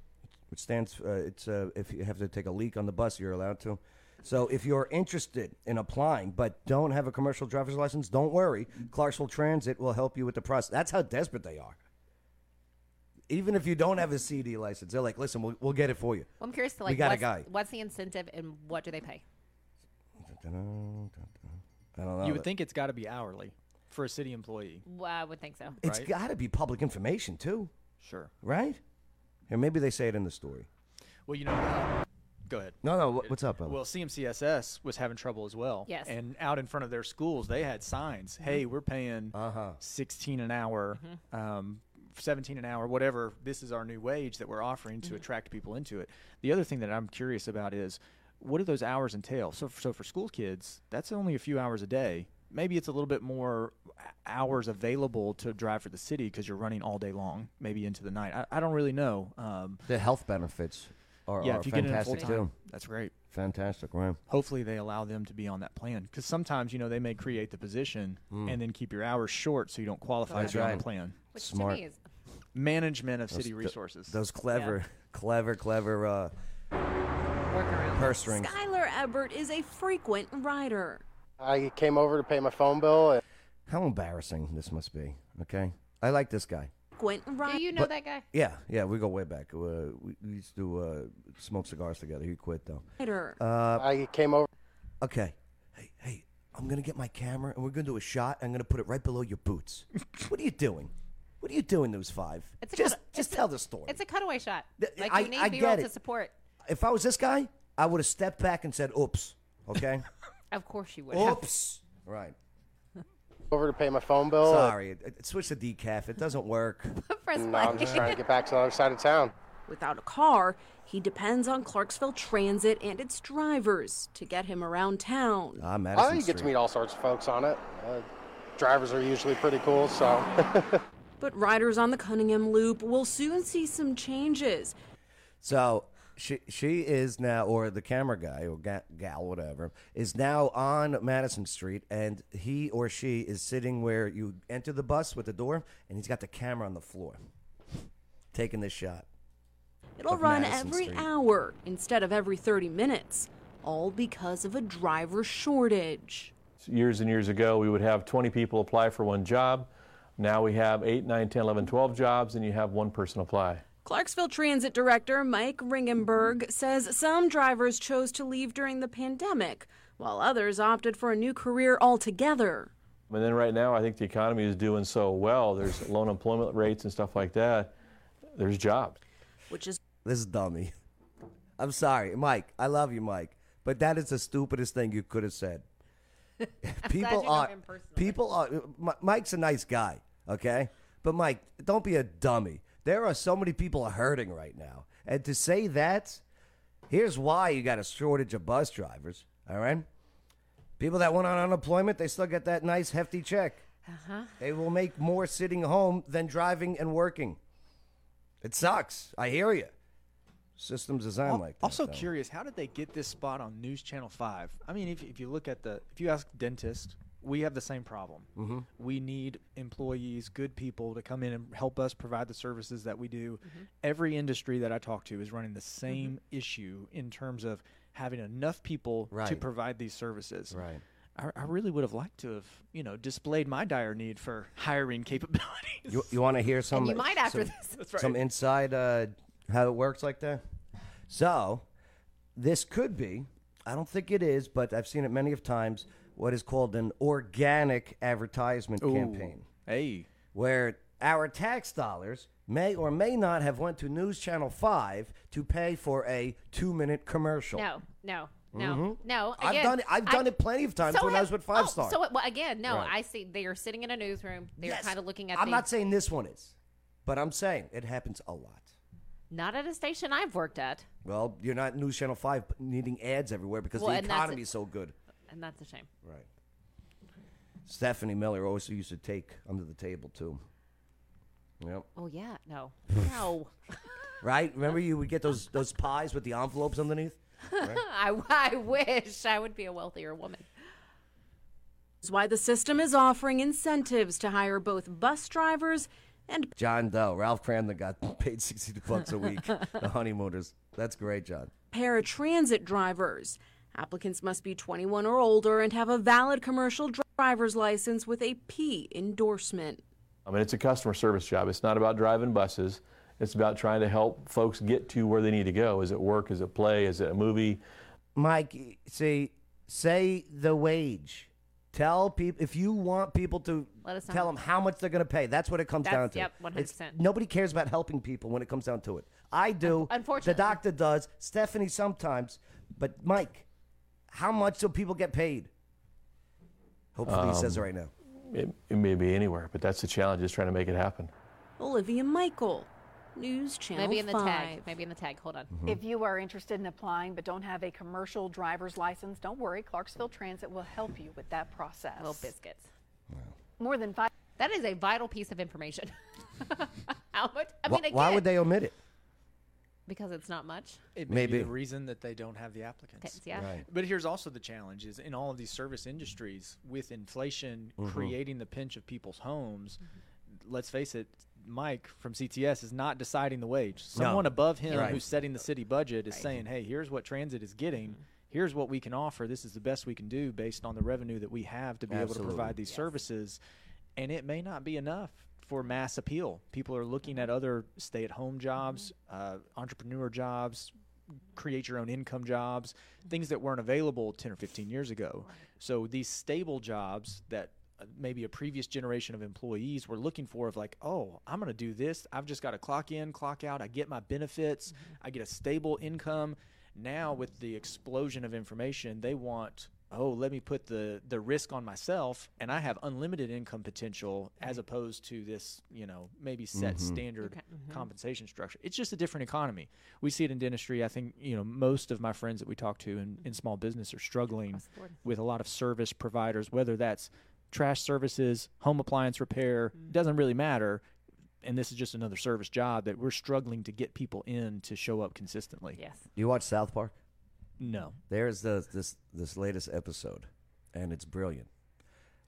[SPEAKER 1] which stands. Uh, it's uh, if you have to take a leak on the bus, you're allowed to. So if you're interested in applying but don't have a commercial driver's license, don't worry. Clarksville Transit will help you with the process. That's how desperate they are. Even if you don't have a CD license, they're like, "Listen, we'll, we'll get it for you."
[SPEAKER 2] Well, I'm curious to
[SPEAKER 1] We
[SPEAKER 2] like,
[SPEAKER 1] got a
[SPEAKER 2] what's,
[SPEAKER 1] guy.
[SPEAKER 2] what's the incentive and what do they pay?
[SPEAKER 1] I don't know.
[SPEAKER 3] You would think it's got to be hourly for a city employee.
[SPEAKER 2] Well, I would think so.
[SPEAKER 1] It's got to be public information too.
[SPEAKER 3] Sure.
[SPEAKER 1] Right? Or maybe they say it in the story.
[SPEAKER 3] Well, you know, uh, go ahead.
[SPEAKER 1] No, no. wh- What's up, Ellen?
[SPEAKER 3] Well, CMCSS was having trouble as well.
[SPEAKER 2] Yes.
[SPEAKER 3] And out in front of their schools, they had signs. Hey, we're paying
[SPEAKER 1] uh
[SPEAKER 3] 16 an hour, um, 17 an hour, whatever. This is our new wage that we're offering to
[SPEAKER 5] Mhm.
[SPEAKER 3] attract people into it. The other thing that I'm curious about is what do those hours entail? So, so for school kids, that's only a few hours a day. Maybe it's a little bit more uh, hours available to drive for the city because you're running all day long, maybe into the night. I, I don't really know. Um,
[SPEAKER 1] the health benefits are,
[SPEAKER 3] yeah,
[SPEAKER 1] are
[SPEAKER 3] if you get in full
[SPEAKER 1] Oh, fantastic
[SPEAKER 3] time,
[SPEAKER 1] too.
[SPEAKER 3] that's great.
[SPEAKER 1] Fantastic, right?
[SPEAKER 3] Hopefully, they allow them to be on that plan because sometimes you know they may create the position
[SPEAKER 1] Mm.
[SPEAKER 3] and then keep your hours short so you don't qualify
[SPEAKER 1] That's
[SPEAKER 3] to be on
[SPEAKER 1] right.
[SPEAKER 3] the plan.
[SPEAKER 1] Which to me Smart.
[SPEAKER 2] is-
[SPEAKER 3] management of
[SPEAKER 1] Those-
[SPEAKER 3] city
[SPEAKER 1] th-
[SPEAKER 3] resources.
[SPEAKER 1] those clever, clever, clever uh, purse strings.
[SPEAKER 14] Skylar Ebert is a frequent rider.
[SPEAKER 15] I came over to pay my phone bill. And-
[SPEAKER 1] How embarrassing this must be. Okay, I like this guy.
[SPEAKER 14] Frequent rider.
[SPEAKER 2] Do you know
[SPEAKER 1] But-
[SPEAKER 2] that guy?
[SPEAKER 1] Yeah, yeah, we go way back. Uh, we we used to uh, smoke cigars together. He quit though.
[SPEAKER 14] Later.
[SPEAKER 1] Uh,
[SPEAKER 15] I came over.
[SPEAKER 1] Okay, hey, hey, I'm gonna get my camera and we're gonna do a shot. I'm gonna put it right below your boots. what are you doing? What are you doing, those five?
[SPEAKER 2] It's a
[SPEAKER 1] just,
[SPEAKER 2] cut-
[SPEAKER 1] just tell the story.
[SPEAKER 2] It's a cutaway shot. Like
[SPEAKER 1] I-
[SPEAKER 2] you
[SPEAKER 1] I
[SPEAKER 2] need
[SPEAKER 1] get
[SPEAKER 2] B-roll to
[SPEAKER 1] it.
[SPEAKER 2] support.
[SPEAKER 1] If I was this guy, I would have stepped back and said, "Oops." Okay.
[SPEAKER 2] Of course you would.
[SPEAKER 1] Oh,
[SPEAKER 2] have.
[SPEAKER 1] Oops. Right.
[SPEAKER 15] Over to pay my phone bill.
[SPEAKER 1] Sorry. It, it, switch to decaf. It doesn't work.
[SPEAKER 15] No, I'm just trying to get back to the other side of town.
[SPEAKER 14] Without a car, he depends on Clarksville Transit and its drivers to get him around town.
[SPEAKER 1] Ah,
[SPEAKER 15] I get to meet all sorts of folks on it. Uh, drivers are usually pretty cool, so.
[SPEAKER 14] But riders on the Cunningham Loop will soon see some changes.
[SPEAKER 1] So she she is now, or the camera guy or ga- gal, whatever, is now on Madison Street, and he or she is sitting where you enter the bus with the door, and he's got the camera on the floor, taking this shot.
[SPEAKER 14] It'll
[SPEAKER 1] of
[SPEAKER 14] run
[SPEAKER 1] Madison
[SPEAKER 14] every
[SPEAKER 1] Street.
[SPEAKER 14] hour instead of every 30 minutes, all because of a driver shortage.
[SPEAKER 16] Years and years ago, we would have 20 people apply for one job. Now we have 8, 9, 10, 11, 12 jobs, and you have one person apply.
[SPEAKER 14] Clarksville Transit Director Mike Ringenberg says some drivers chose to leave during the pandemic, while others opted for a new career altogether.
[SPEAKER 16] And then right now, I think the economy is doing so well. There's low unemployment rates and stuff like that. There's jobs.
[SPEAKER 14] Which is
[SPEAKER 1] This is dummy. I'm sorry, Mike. I love you, Mike, but that is the stupidest thing you could have said. people are people are. Mi- Mike's a nice guy, okay? But Mike, don't be a dummy. There are so many people hurting right now, and to say that, here's why you got a shortage of bus drivers. All right, people that went on unemployment, they still get that nice hefty check.
[SPEAKER 2] Uh-huh.
[SPEAKER 1] They will make more sitting home than driving and working. It sucks. I hear you. Systems design like that.
[SPEAKER 3] also
[SPEAKER 1] though.
[SPEAKER 3] curious, how did they get this spot on News Channel Five? I mean, if, if you look at the, if you ask dentists, we have the same problem.
[SPEAKER 1] Mhm.
[SPEAKER 3] We need employees, good people, to come in and help us provide the services that we do. Every industry that I talk to is running the same issue in terms of having enough people to
[SPEAKER 1] Right.
[SPEAKER 3] provide these services.
[SPEAKER 1] Right.
[SPEAKER 3] I, I really would have liked to have, you know, displayed my dire need for hiring capabilities.
[SPEAKER 1] You, you want to hear some?
[SPEAKER 3] you might after
[SPEAKER 1] some-
[SPEAKER 3] this. That's right.
[SPEAKER 1] Some inside uh, how it works like that. So, this could be. I don't think it is, but I've seen it many of times. What is called an organic advertisement
[SPEAKER 3] Ooh.
[SPEAKER 1] campaign.
[SPEAKER 3] Hey,
[SPEAKER 1] where our tax dollars may or may not have went to News Channel Five to pay for a two-minute commercial.
[SPEAKER 2] No, no, no,
[SPEAKER 1] Mhm.
[SPEAKER 2] no.
[SPEAKER 1] I've
[SPEAKER 2] again,
[SPEAKER 1] done it- I've
[SPEAKER 2] I-
[SPEAKER 1] done it plenty of times when I
[SPEAKER 2] have-
[SPEAKER 1] was with Five
[SPEAKER 2] oh,
[SPEAKER 1] Star.
[SPEAKER 2] So well, again, no,
[SPEAKER 1] Right.
[SPEAKER 2] I see they are sitting in a newsroom. They're
[SPEAKER 1] Yes.
[SPEAKER 2] kind of looking at.
[SPEAKER 1] I'm
[SPEAKER 2] the,
[SPEAKER 1] not saying this one is, but I'm saying it happens a lot.
[SPEAKER 2] not at a station I've worked at,
[SPEAKER 1] Well, you're not News Channel Five but needing ads everywhere because
[SPEAKER 2] Well,
[SPEAKER 1] the
[SPEAKER 2] and that's
[SPEAKER 1] economy
[SPEAKER 2] it.
[SPEAKER 1] is so good.
[SPEAKER 2] and that's a shame.
[SPEAKER 1] Right. Stephanie Miller always used to take under the table too. Yep.
[SPEAKER 2] Oh yeah, no, no.
[SPEAKER 1] Right? Remember you would get those those pies with the envelopes underneath? Right.
[SPEAKER 2] I, I wish I would be a wealthier woman.
[SPEAKER 14] Is why the system is offering incentives to hire both bus drivers and
[SPEAKER 1] John Doe, Ralph Cramden got paid sixty bucks a week. the honeymooners. That's great, John.
[SPEAKER 14] paratransit drivers. Applicants must be 21 or older and have a valid commercial dri- driver's license with a P endorsement.
[SPEAKER 16] I mean, it's a customer service job. It's not about driving buses. It's about trying to help folks get to where they need to go. Is it work? Is it play? Is it a movie?
[SPEAKER 1] Mike, y- see, say the wage. Tell people if you want people to
[SPEAKER 2] Let us know.
[SPEAKER 1] tell them how much they're going to pay. That's what it comes
[SPEAKER 2] That's-
[SPEAKER 1] down to.
[SPEAKER 2] yep,
[SPEAKER 1] It's-
[SPEAKER 2] 100%.
[SPEAKER 1] Nobody cares about helping people when it comes down to it. I do. Unfortunately, the doctor does. Stephanie sometimes, but Mike, how much do people get paid? Hopefully, he says it
[SPEAKER 16] Um,
[SPEAKER 1] right now.
[SPEAKER 16] It, it may be anywhere, but that's the challenge, is trying to make it happen.
[SPEAKER 14] Olivia Michael, News Channel
[SPEAKER 2] Maybe in the
[SPEAKER 14] 5.
[SPEAKER 2] tag. Maybe in the tag. Hold on.
[SPEAKER 12] If you are interested in applying but don't have a commercial driver's license, don't worry. Clarksville Transit will help you with that process.
[SPEAKER 2] Little Oh, biscuits.
[SPEAKER 12] More than five.
[SPEAKER 2] That is a vital piece of information. How much? I
[SPEAKER 1] Wh-
[SPEAKER 2] mean, again,
[SPEAKER 1] why would they omit it?
[SPEAKER 2] Because it's not much.
[SPEAKER 3] It may be
[SPEAKER 1] Maybe.
[SPEAKER 3] the reason that they don't have the applicants.
[SPEAKER 2] Okay, yeah. Right.
[SPEAKER 3] But here's also the challenge is in all of these service industries with inflation
[SPEAKER 1] Mhm.
[SPEAKER 3] creating the pinch of people's homes, let's face it, Mike from CTS is not deciding the wage.
[SPEAKER 1] No.
[SPEAKER 3] Someone above him
[SPEAKER 1] Right.
[SPEAKER 3] who's setting the city budget is saying, "Hey, here's what transit is getting." Here's what we can offer. This is the best we can do based on the revenue that we have to be able to
[SPEAKER 1] Absolutely.
[SPEAKER 3] provide these services. And it may not be enough for mass appeal. People are looking at other stay at home jobs, uh, entrepreneur jobs, create your own income jobs, things that weren't available 10 or 15 years ago. So these stable jobs that uh, maybe a previous generation of employees were looking for of like oh i'm going to do this i've just got to clock in clock out i get my benefits i get a stable income now with the explosion of information they want oh let me put the the risk on myself and i have unlimited income potential as opposed to this you know maybe set
[SPEAKER 5] Mhm.
[SPEAKER 3] standard compensation structure it's just a different economy we see it in dentistry i think you know most of my friends that we talk to in, in small business are struggling with a lot of service providers whether that's trash services home appliance repair doesn't really matter and this is just another service job that we're struggling to get people in to show up consistently.
[SPEAKER 2] Yes.
[SPEAKER 1] Do you watch South Park?
[SPEAKER 3] No.
[SPEAKER 1] There's the this this latest episode, and it's brilliant,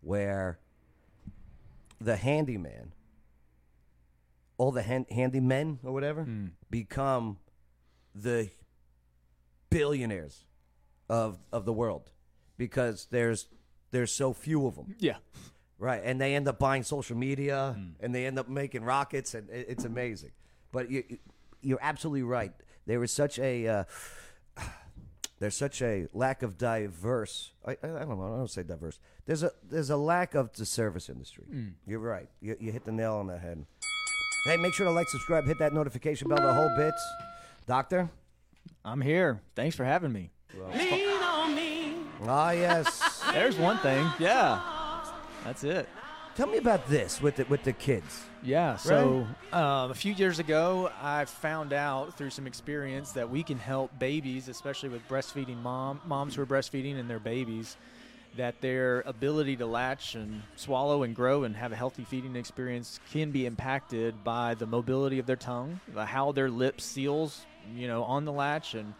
[SPEAKER 1] where the handyman, all the hand, handymen or whatever, become the billionaires of of the world because there's there's so few of them.
[SPEAKER 3] Yeah.
[SPEAKER 1] Right, and they end up buying social media, and they end up making rockets, and it, it's amazing. But you, you- you're absolutely right. There is such a uh, there's such a lack of diverse. I, I I don't know. I don't say diverse. There's a there's a lack of the service industry.
[SPEAKER 17] Mm.
[SPEAKER 1] You're right. You, you hit the nail on the head. Hey, make sure to like, subscribe, hit that notification bell, the whole bits. Doctor,
[SPEAKER 3] I'm here. Thanks for having me.
[SPEAKER 1] Ah, yes.
[SPEAKER 3] There's one thing. Yeah. That's it.
[SPEAKER 1] Tell me about this with the, with the kids.
[SPEAKER 3] Yeah. So um, a few years ago, I found out through some experience that we can help babies, especially with breastfeeding mom moms who are breastfeeding and their babies, that their ability to latch and swallow and grow and have a healthy feeding experience can be impacted by the mobility of their tongue, the, how their lip seals, you know, on the latch and.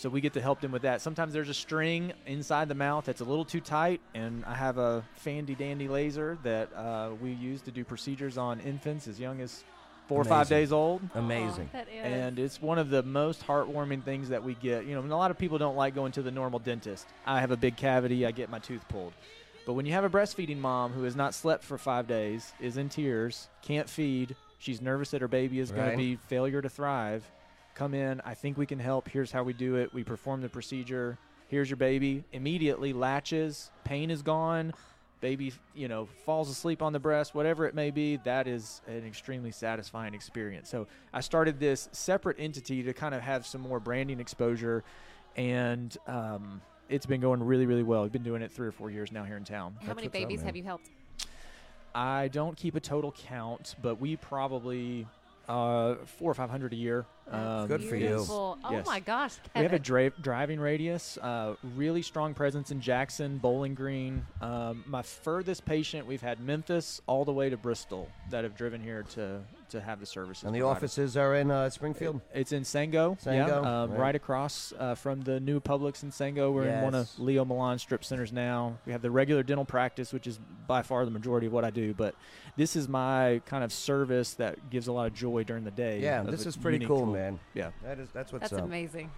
[SPEAKER 3] So we get to help them with that. Sometimes there's a string inside the mouth that's a little too tight, and I have a fandy dandy laser that uh, we use to do procedures on infants as young as four or five
[SPEAKER 1] Amazing.
[SPEAKER 3] days old.
[SPEAKER 1] Amazing. That is.
[SPEAKER 3] And it's one of the most heartwarming things that we get. You know, and a lot of people don't like going to the normal dentist. I have a big cavity, I get my tooth pulled. But when you have a breastfeeding mom who has not slept for five days, is in tears, can't feed, she's nervous that her baby is going
[SPEAKER 1] Right.
[SPEAKER 3] to be failure to thrive, come in. I think we can help. Here's how we do it. We perform the procedure. Here's your baby. Immediately latches. Pain is gone. Baby, you know, falls asleep on the breast, whatever it may be. That is an extremely satisfying experience. So I started this separate entity to kind of have some more branding exposure, and um, it's been going really, really well. We've been doing it three or four years now here in town.
[SPEAKER 2] How many babies have you helped?
[SPEAKER 3] I don't keep a total count, but we probably uh, four or five hundred a year. Um,
[SPEAKER 1] Good for you.
[SPEAKER 3] yes,
[SPEAKER 2] Beautiful. Oh
[SPEAKER 3] yes.
[SPEAKER 2] my gosh,
[SPEAKER 3] We have a
[SPEAKER 2] Kevin.
[SPEAKER 3] dra- driving radius. Uh, really strong presence in Jackson, Bowling Green. Um, my furthest patient we've had Memphis all the way to Bristol that have driven here to to have the services.
[SPEAKER 1] And the
[SPEAKER 3] provided.
[SPEAKER 1] offices are in uh, Springfield.
[SPEAKER 3] It's in Sango.
[SPEAKER 1] Sango,
[SPEAKER 3] yeah, um,
[SPEAKER 1] right.
[SPEAKER 3] right. across uh, from the new Publix in Sango. We're in one of
[SPEAKER 1] Yes.
[SPEAKER 3] Leo Milan strip centers now. We have the regular dental practice, which is by far the majority of what I do. But this is my kind of service that gives a lot of joy during the day.
[SPEAKER 1] Yeah,
[SPEAKER 3] of
[SPEAKER 1] this
[SPEAKER 3] a
[SPEAKER 1] is pretty
[SPEAKER 3] unique
[SPEAKER 1] cool,
[SPEAKER 3] tool.
[SPEAKER 1] man.
[SPEAKER 3] Yeah.
[SPEAKER 1] That is that's what's
[SPEAKER 2] That's
[SPEAKER 1] up.
[SPEAKER 2] amazing.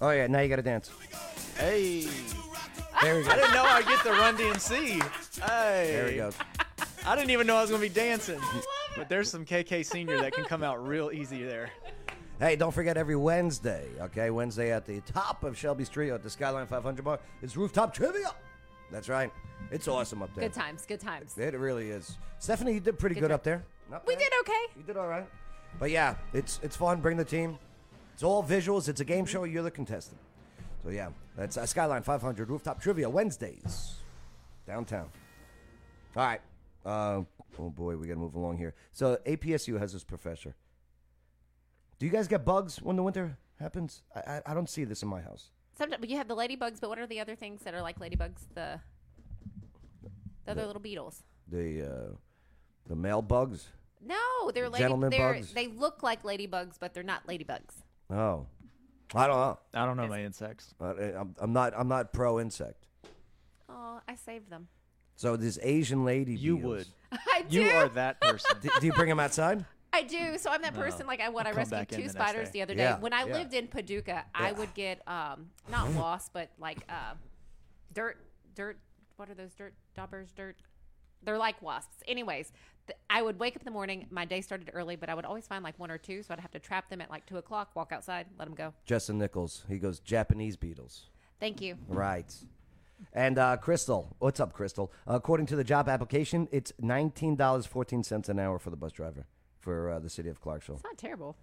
[SPEAKER 1] Oh yeah, now you got to dance.
[SPEAKER 3] Hey.
[SPEAKER 1] There we go.
[SPEAKER 3] I didn't know I'd get the Run DMC. Hey.
[SPEAKER 1] There he goes.
[SPEAKER 3] I didn't even know I was going to be dancing. But there's some KK senior that can come out real easy there.
[SPEAKER 1] Hey, don't forget every Wednesday, okay? Wednesday at the top of Shelby Street at the Skyline 500 bar is rooftop trivia. That's right. It's awesome up there.
[SPEAKER 2] Good times. Good times.
[SPEAKER 1] It really is. Stephanie, you did pretty good,
[SPEAKER 2] job.
[SPEAKER 1] up there. Not
[SPEAKER 2] We
[SPEAKER 1] bad.
[SPEAKER 2] did okay.
[SPEAKER 1] You did all right. But yeah, it's it's fun. Bring the team. It's all visuals. It's a game show. You're the contestant. So yeah, that's uh, Skyline 500 rooftop trivia Wednesdays, downtown. All right. Uh, oh boy, we got to move along here. So APSU has this professor. Do you guys get bugs when the winter happens? I I, I don't see this in my house.
[SPEAKER 2] Sometimes you have the ladybugs, but what are the other things that are like ladybugs? The the other little beetles.
[SPEAKER 1] The uh, the male bugs.
[SPEAKER 2] No, they're lady.
[SPEAKER 1] Gentleman
[SPEAKER 2] they're,
[SPEAKER 1] bugs?
[SPEAKER 2] They look like ladybugs, but they're not ladybugs.
[SPEAKER 1] Oh, I don't know.
[SPEAKER 3] I don't know my insects.
[SPEAKER 1] uh, I'm, I'm not. I'm not pro insect.
[SPEAKER 2] Oh, I saved them.
[SPEAKER 1] So this Asian lady.
[SPEAKER 3] You
[SPEAKER 1] would.
[SPEAKER 2] I do.
[SPEAKER 3] You are that person.
[SPEAKER 1] do, do you bring him outside?
[SPEAKER 2] I do. So I'm that
[SPEAKER 1] No.
[SPEAKER 2] person. Like I, what I
[SPEAKER 1] Come
[SPEAKER 2] rescued
[SPEAKER 1] back in
[SPEAKER 2] two
[SPEAKER 1] the next
[SPEAKER 2] spiders
[SPEAKER 1] day.
[SPEAKER 2] the other day.
[SPEAKER 1] Yeah,
[SPEAKER 2] When I
[SPEAKER 1] yeah.
[SPEAKER 2] lived in Paducah, I would get um
[SPEAKER 1] Mm.
[SPEAKER 2] not lost, but like uh, dirt, dirt. What are those dirt daubers? Dirt. They're like wasps. Anyways, th- I would wake up in the morning. My day started early, but I would always find like one or two. So I'd have to trap them at like two o'clock. Walk outside, let them go.
[SPEAKER 1] Justin Nichols. He goes Japanese beetles.
[SPEAKER 2] Thank you.
[SPEAKER 1] Right. And uh, Crystal, what's up, Crystal? According to the job application, it's nineteen dollars fourteen cents an hour for the bus driver for uh, the city of Clarksville.
[SPEAKER 2] It's not terrible.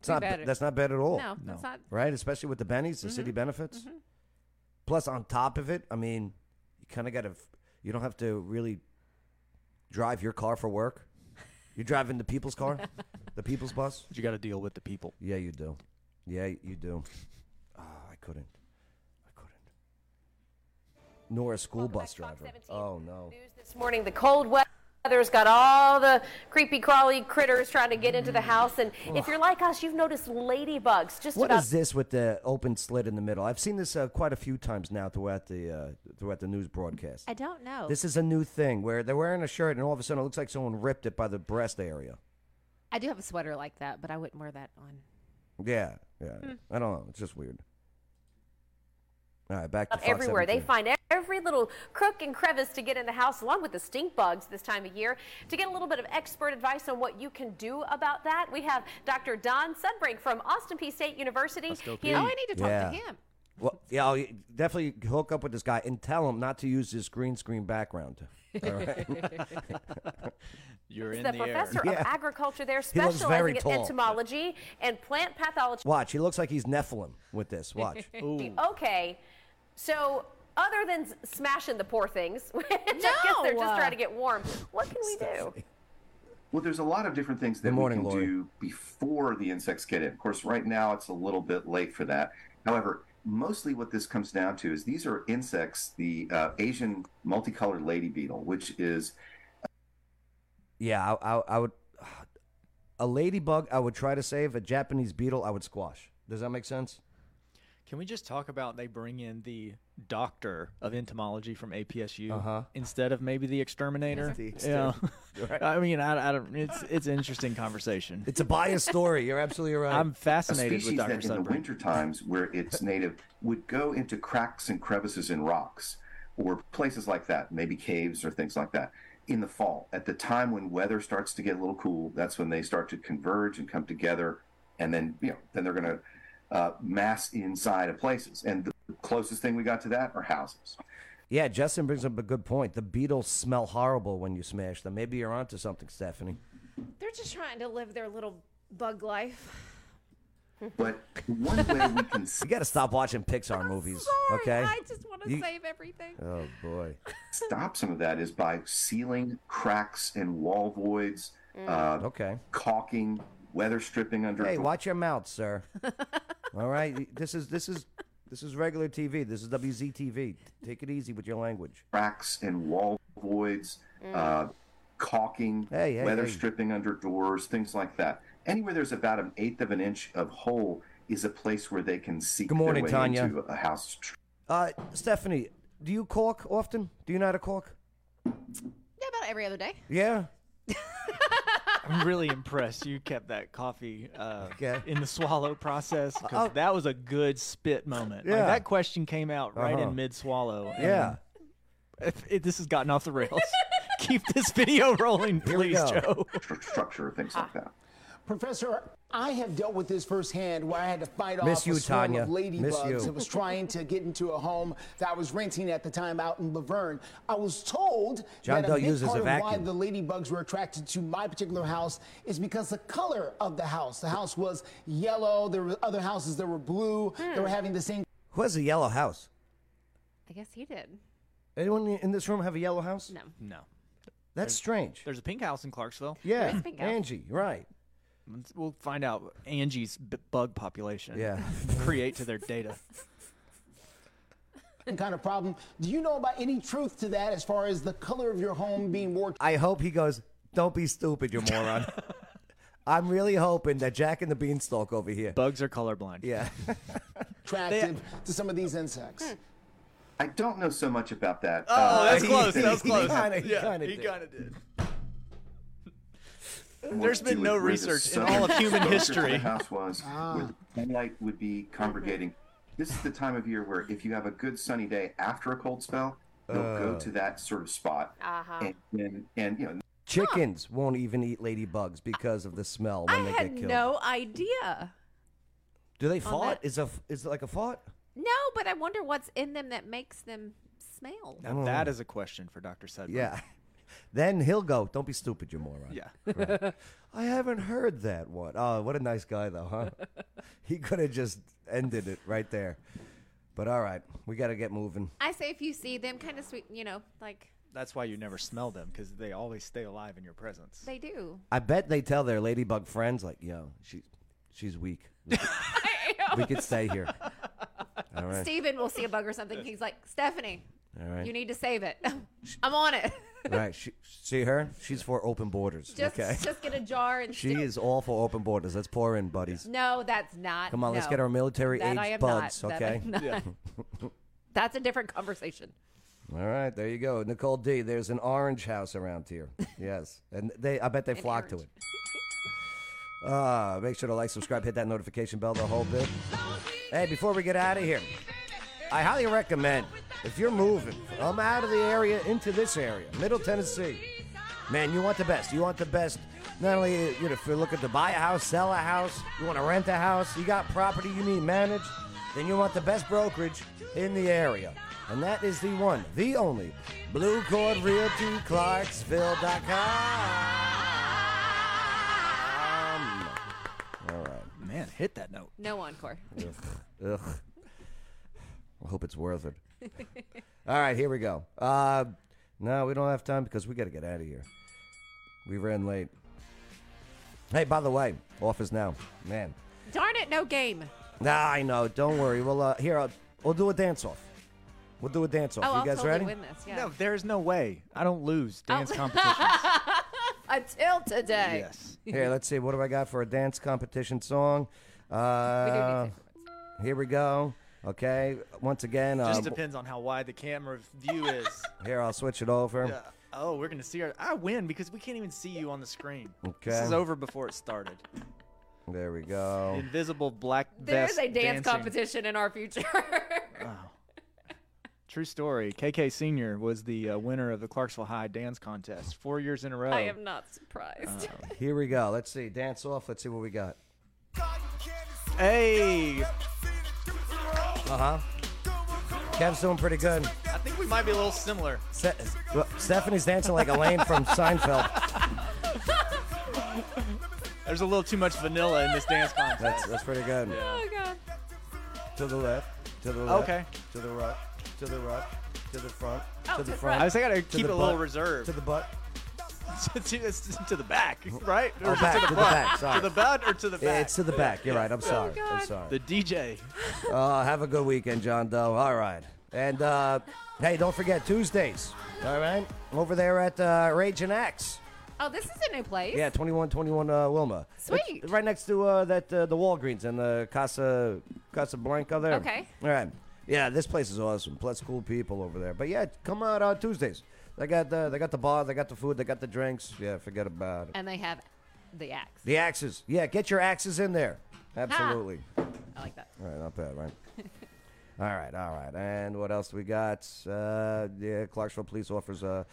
[SPEAKER 1] It's
[SPEAKER 2] too
[SPEAKER 1] not
[SPEAKER 2] bad.
[SPEAKER 1] ba- that's not bad at all.
[SPEAKER 2] No, that's No. not-
[SPEAKER 1] right, especially with the bennies, the city benefits. Plus, on top of it, I mean, you kind of got to. You don't have to really drive your car for work. You're driving the people's car, the people's bus.
[SPEAKER 3] You got to deal with the people.
[SPEAKER 1] Yeah, you do. Yeah, you do. Oh, I couldn't. I couldn't. Nor a school bus driver. Oh no.
[SPEAKER 18] This morning, the cold weather.
[SPEAKER 17] There's got all the creepy crawly critters trying to get into
[SPEAKER 1] Mm.
[SPEAKER 17] the house, and if you're like us, you've noticed ladybugs just
[SPEAKER 1] What
[SPEAKER 17] about
[SPEAKER 1] is this with the open slit in the middle? I've seen this uh, quite a few times now throughout the uh, throughout the news broadcast.
[SPEAKER 2] I don't
[SPEAKER 17] Oh.
[SPEAKER 2] know.
[SPEAKER 1] This is a new thing where they're wearing a shirt and all of a sudden it looks like someone ripped it by the breast area.
[SPEAKER 2] I do have a sweater like that, but I wouldn't wear that on.
[SPEAKER 1] Yeah, yeah.
[SPEAKER 2] Hmm.
[SPEAKER 1] I don't know. It's just weird. All right, back to
[SPEAKER 17] up
[SPEAKER 1] Fox
[SPEAKER 17] everywhere. They
[SPEAKER 1] 17.
[SPEAKER 17] find every little crook and crevice to get in the house, along with the stink bugs this time of year. To get a little bit of expert advice on what you can do about that, we have Dr. Don Sudbrink from Austin P State University. He-
[SPEAKER 1] Pete. Yeah. Well, yeah, I'll definitely hook up with this guy and tell him not to use this green screen background. All right?
[SPEAKER 3] You're
[SPEAKER 17] He's the, professor
[SPEAKER 1] Yeah.
[SPEAKER 17] of agriculture there,
[SPEAKER 1] He looks very
[SPEAKER 17] specializing in
[SPEAKER 1] tall.
[SPEAKER 17] entomology and plant pathology.
[SPEAKER 1] Watch, he looks like he's Nephilim with this. Watch.
[SPEAKER 17] okay, so other than s- smashing the poor things, which I guess they're just
[SPEAKER 18] No.
[SPEAKER 17] trying to get warm, what can we do?
[SPEAKER 18] Well, there's a lot of different things that
[SPEAKER 1] morning,
[SPEAKER 18] we can
[SPEAKER 1] Lori.
[SPEAKER 18] do before the insects get in. Of course, right now it's a little bit late for that. However, mostly what this comes down to is these are insects, the uh, Asian multicolored lady beetle, which is
[SPEAKER 1] Yeah, I, I, I would. A ladybug, I would try to save. A Japanese beetle, I would squash. Does that make sense?
[SPEAKER 3] Can we just talk about they bring in the doctor of entomology from APSU
[SPEAKER 1] Uh-huh.
[SPEAKER 3] instead of maybe the exterminator?
[SPEAKER 1] The
[SPEAKER 3] yeah.
[SPEAKER 1] exterminator. Right.
[SPEAKER 3] I mean, I, I don't. It's it's an interesting conversation.
[SPEAKER 1] It's a biased story. You're absolutely right.
[SPEAKER 3] I'm fascinated
[SPEAKER 18] a
[SPEAKER 3] with
[SPEAKER 18] species
[SPEAKER 3] Dr.
[SPEAKER 18] that in the
[SPEAKER 3] Sudbury.
[SPEAKER 18] winter times where it's native would go into cracks and crevices in rocks or places like that, maybe caves or things like that. In the fall, at the time when weather starts to get a little cool, that's when they start to converge and come together, and then you know then they're going to uh, mass inside of places. And the closest thing we got to that are houses.
[SPEAKER 1] Yeah, Justin brings up a good point. The beetles smell horrible when you smash them. Maybe you're onto something, Stephanie.
[SPEAKER 14] They're just trying to live their little bug life.
[SPEAKER 18] But one way we can
[SPEAKER 1] you got to stop watching Pixar movies, okay?
[SPEAKER 14] I just wanna
[SPEAKER 1] You-
[SPEAKER 14] save everything.
[SPEAKER 1] Oh boy.
[SPEAKER 18] stop some of that is by sealing cracks and wall voids. Uh,
[SPEAKER 1] okay.
[SPEAKER 18] Caulking, weather stripping under.
[SPEAKER 1] Hey, watch your mouth, sir. All right, this is this is this is regular TV. This is WZTV. Take it easy with your language.
[SPEAKER 18] cracks and wall voids, uh, caulking,
[SPEAKER 1] Hey, hey,
[SPEAKER 18] weather
[SPEAKER 1] hey.
[SPEAKER 18] stripping under doors, things like that. Anywhere there's about an eighth of an inch of hole is a place where they can seek
[SPEAKER 1] Good morning,
[SPEAKER 18] their way
[SPEAKER 1] Tanya.
[SPEAKER 18] into a house.
[SPEAKER 1] Uh, Stephanie, do you cork often? Do you know how to cork?
[SPEAKER 19] Yeah, about every other day.
[SPEAKER 1] Yeah.
[SPEAKER 3] I'm really impressed you kept that coffee uh,
[SPEAKER 1] Okay.
[SPEAKER 3] in the swallow process because
[SPEAKER 1] Oh.
[SPEAKER 3] that was a good spit moment. Like,
[SPEAKER 1] Yeah.
[SPEAKER 3] that question came out right
[SPEAKER 1] Uh-huh.
[SPEAKER 3] in mid swallow.
[SPEAKER 1] Yeah.
[SPEAKER 3] this has gotten off the rails. Keep this video rolling, please, Joe.
[SPEAKER 18] Structure, things like that.
[SPEAKER 20] Professor, I have dealt with this firsthand where I had to fight
[SPEAKER 1] Miss
[SPEAKER 20] off
[SPEAKER 1] you,
[SPEAKER 20] a swarm
[SPEAKER 1] Tanya.
[SPEAKER 20] of
[SPEAKER 1] Miss you.
[SPEAKER 20] ladybugs that was trying to get into a home that I was renting at the time out in Laverne. I was told
[SPEAKER 1] John
[SPEAKER 20] that
[SPEAKER 1] Doe
[SPEAKER 20] a big
[SPEAKER 1] uses
[SPEAKER 20] part
[SPEAKER 1] a
[SPEAKER 20] of why
[SPEAKER 1] vacuum.
[SPEAKER 20] the ladybugs were attracted to my particular house is because the color of the house. The house was yellow. There were other houses that were blue. They were having the same
[SPEAKER 1] Who has a yellow house?
[SPEAKER 2] I guess he did.
[SPEAKER 1] Anyone in this room have a yellow house?
[SPEAKER 2] No.
[SPEAKER 3] No.
[SPEAKER 1] That's strange.
[SPEAKER 3] There's a pink house in Clarksville.
[SPEAKER 1] Yeah, Angie, right.
[SPEAKER 3] We'll find out Angie's b- bug population.
[SPEAKER 1] Yeah.
[SPEAKER 3] Create to their data.
[SPEAKER 20] kind of problem. Do you know about any truth to that as far as the color of your home being more
[SPEAKER 1] I hope he goes, don't be stupid, you moron. I'm really hoping that Jack and the Beanstalk over here.
[SPEAKER 3] Bugs are colorblind.
[SPEAKER 1] Yeah.
[SPEAKER 20] attractive to some of these insects?
[SPEAKER 18] I don't know so much about that. uh,
[SPEAKER 20] Oh, that's close, that's close.
[SPEAKER 1] Kinda, he
[SPEAKER 3] Yeah,
[SPEAKER 1] kinda
[SPEAKER 3] he
[SPEAKER 1] did.
[SPEAKER 3] kinda did.
[SPEAKER 18] What
[SPEAKER 3] There's been
[SPEAKER 18] do
[SPEAKER 3] no
[SPEAKER 18] it where the
[SPEAKER 3] research in
[SPEAKER 18] southern
[SPEAKER 3] all of human
[SPEAKER 18] exposure to
[SPEAKER 3] history.
[SPEAKER 18] The house was
[SPEAKER 20] Ah.
[SPEAKER 18] where the sunlight would be congregating. This is the time of year where if you have a good sunny day after a cold spell, you'll go
[SPEAKER 1] Uh.
[SPEAKER 18] to that sort of spot.
[SPEAKER 17] Uh-huh.
[SPEAKER 18] And, and, and you know,
[SPEAKER 1] Chickens won't even eat ladybugs because of the smell when
[SPEAKER 19] I
[SPEAKER 1] they
[SPEAKER 19] had
[SPEAKER 1] get killed.
[SPEAKER 19] no idea.
[SPEAKER 1] Do they
[SPEAKER 2] on
[SPEAKER 1] fart?
[SPEAKER 2] that-
[SPEAKER 1] Is a is it like a fart?
[SPEAKER 2] No, but I wonder what's in them that makes them smell.
[SPEAKER 1] Uh,
[SPEAKER 3] Now, that is a question for Dr. Sudbury.
[SPEAKER 1] Mm. Yeah. Then he'll go. Don't be stupid, you moron.
[SPEAKER 3] Yeah.
[SPEAKER 1] Right. I haven't heard that one. Oh, what a nice guy though, huh? he could have just ended it right there. But all right, we got to get moving.
[SPEAKER 2] I say if you see them, kind of sweet, you know, like
[SPEAKER 3] That's why you never smell them because they always stay alive in your presence.
[SPEAKER 2] they do.
[SPEAKER 1] I bet they tell their ladybug friends like, "Yo, she, she's weak. We could, we could stay here." All right.
[SPEAKER 2] Steven will see a bug or something. He's like, Stephanie,
[SPEAKER 1] All right.
[SPEAKER 2] you need to save it. I'm on it.
[SPEAKER 1] right. She, see her? She's for open borders.
[SPEAKER 2] Just,
[SPEAKER 1] okay.
[SPEAKER 2] just get a jar and
[SPEAKER 1] she is all for open borders. Let's pour in, buddies.
[SPEAKER 2] No, that's not.
[SPEAKER 1] Come on, let's
[SPEAKER 2] no.
[SPEAKER 1] get our military
[SPEAKER 2] That
[SPEAKER 1] age
[SPEAKER 2] I am
[SPEAKER 1] buds,
[SPEAKER 2] not. That
[SPEAKER 1] okay?
[SPEAKER 2] I'm not. That's a different conversation.
[SPEAKER 1] All right, there you go, Nicole D. There's an orange house around here. Yes, and they, I bet they flock to it. Uh, make sure to like, subscribe, hit that notification bell, the whole bit. Hey, before we get out of here, I highly recommend if you're moving from out of the area into this area, Middle Tennessee, man, you want the best. You want the best. Not only you know, if you're looking to buy a house, sell a house, you want to rent a house, you got property you need managed, then you want the best brokerage in the area. And that is the one, the only, Blue Cord Realty Clarksville.com. All right.
[SPEAKER 3] Man, hit that note.
[SPEAKER 2] No encore.
[SPEAKER 1] Ugh. Ugh. I hope it's worth it. All right, here we go. Uh, no, we don't have time because we got to get out of here. We ran late. Hey, by the way, office now, man.
[SPEAKER 2] Darn it, no game.
[SPEAKER 1] Nah, I know. Don't worry. We'll uh, here. I'll, we'll do a dance off. We'll do a dance off.
[SPEAKER 2] oh,
[SPEAKER 1] you
[SPEAKER 2] I'll
[SPEAKER 1] guys
[SPEAKER 2] totally
[SPEAKER 1] ready?
[SPEAKER 2] win this. Yeah. Oh.
[SPEAKER 3] No, there's no way. I don't lose dance competition.
[SPEAKER 2] Until today.
[SPEAKER 3] Yes.
[SPEAKER 1] Here, let's see. What do I got for a dance competition song? Uh, here we go. Okay. Once again, uh,
[SPEAKER 3] Just depends on how wide the camera view is.
[SPEAKER 1] here I'll switch it over.
[SPEAKER 3] Yeah. Oh, we're gonna see her. I win because we can't even see you on the screen. This
[SPEAKER 1] Okay. Oh.
[SPEAKER 3] is over before it started.
[SPEAKER 1] There we go.
[SPEAKER 3] Invisible black
[SPEAKER 2] There is
[SPEAKER 3] vest
[SPEAKER 2] a dance
[SPEAKER 3] dancing.
[SPEAKER 2] competition in our future.
[SPEAKER 3] True story. KK Senior was the uh, winner of the Clarksville High dance contest four years in a row.
[SPEAKER 1] Oh.
[SPEAKER 2] I am not surprised.
[SPEAKER 1] Here we go. Let's see. Dance off. Let's see what we got.
[SPEAKER 3] Hey.
[SPEAKER 1] Uh huh. Kev's doing pretty good.
[SPEAKER 3] I think we might be a little similar.
[SPEAKER 1] Se- well, Stephanie's dancing like Elaine from Seinfeld.
[SPEAKER 3] There's a little too much vanilla in this dance contest.
[SPEAKER 1] That's that's pretty good.
[SPEAKER 2] Oh god.
[SPEAKER 1] To the left. To the left.
[SPEAKER 3] Okay.
[SPEAKER 1] To the right. To the right. To the front.
[SPEAKER 3] Oh,
[SPEAKER 1] to
[SPEAKER 3] to
[SPEAKER 1] the
[SPEAKER 3] the
[SPEAKER 1] front.
[SPEAKER 3] front. I just gotta
[SPEAKER 1] to
[SPEAKER 3] keep it
[SPEAKER 1] the
[SPEAKER 3] a little
[SPEAKER 1] butt,
[SPEAKER 3] reserved.
[SPEAKER 1] To the butt.
[SPEAKER 3] to, the, to the back, right?
[SPEAKER 1] Oh,
[SPEAKER 3] is it
[SPEAKER 1] back, to the
[SPEAKER 3] front?
[SPEAKER 1] back, sorry.
[SPEAKER 3] To the butt or to the
[SPEAKER 1] Yeah,
[SPEAKER 3] back?
[SPEAKER 1] It's to the back. You're right. I'm
[SPEAKER 3] Oh,
[SPEAKER 1] sorry. I'm
[SPEAKER 3] God.
[SPEAKER 1] sorry.
[SPEAKER 3] The DJ.
[SPEAKER 1] Uh, have a good weekend, John Doe. All right. And uh, hey, don't forget Tuesdays. All right. Over there at uh, Rage and Axe.
[SPEAKER 2] Oh, this is a new place.
[SPEAKER 1] Yeah, 2121 uh, Wilma.
[SPEAKER 2] Sweet.
[SPEAKER 1] It's right next to uh, that uh, the Walgreens and the Casa Casablanca there.
[SPEAKER 2] Okay.
[SPEAKER 1] All right. Yeah, this place is awesome. Plus cool people over there. But yeah, come out on Tuesdays. They got the they got the bar, they got the food, they got the drinks. Yeah, forget about it.
[SPEAKER 2] And they have the axe.
[SPEAKER 1] The axes. Yeah, get your axes in there. Absolutely.
[SPEAKER 2] I like that.
[SPEAKER 1] All right, not bad, right? all right, all right. And what else we got? Uh, yeah, Clarksville Police offers uh,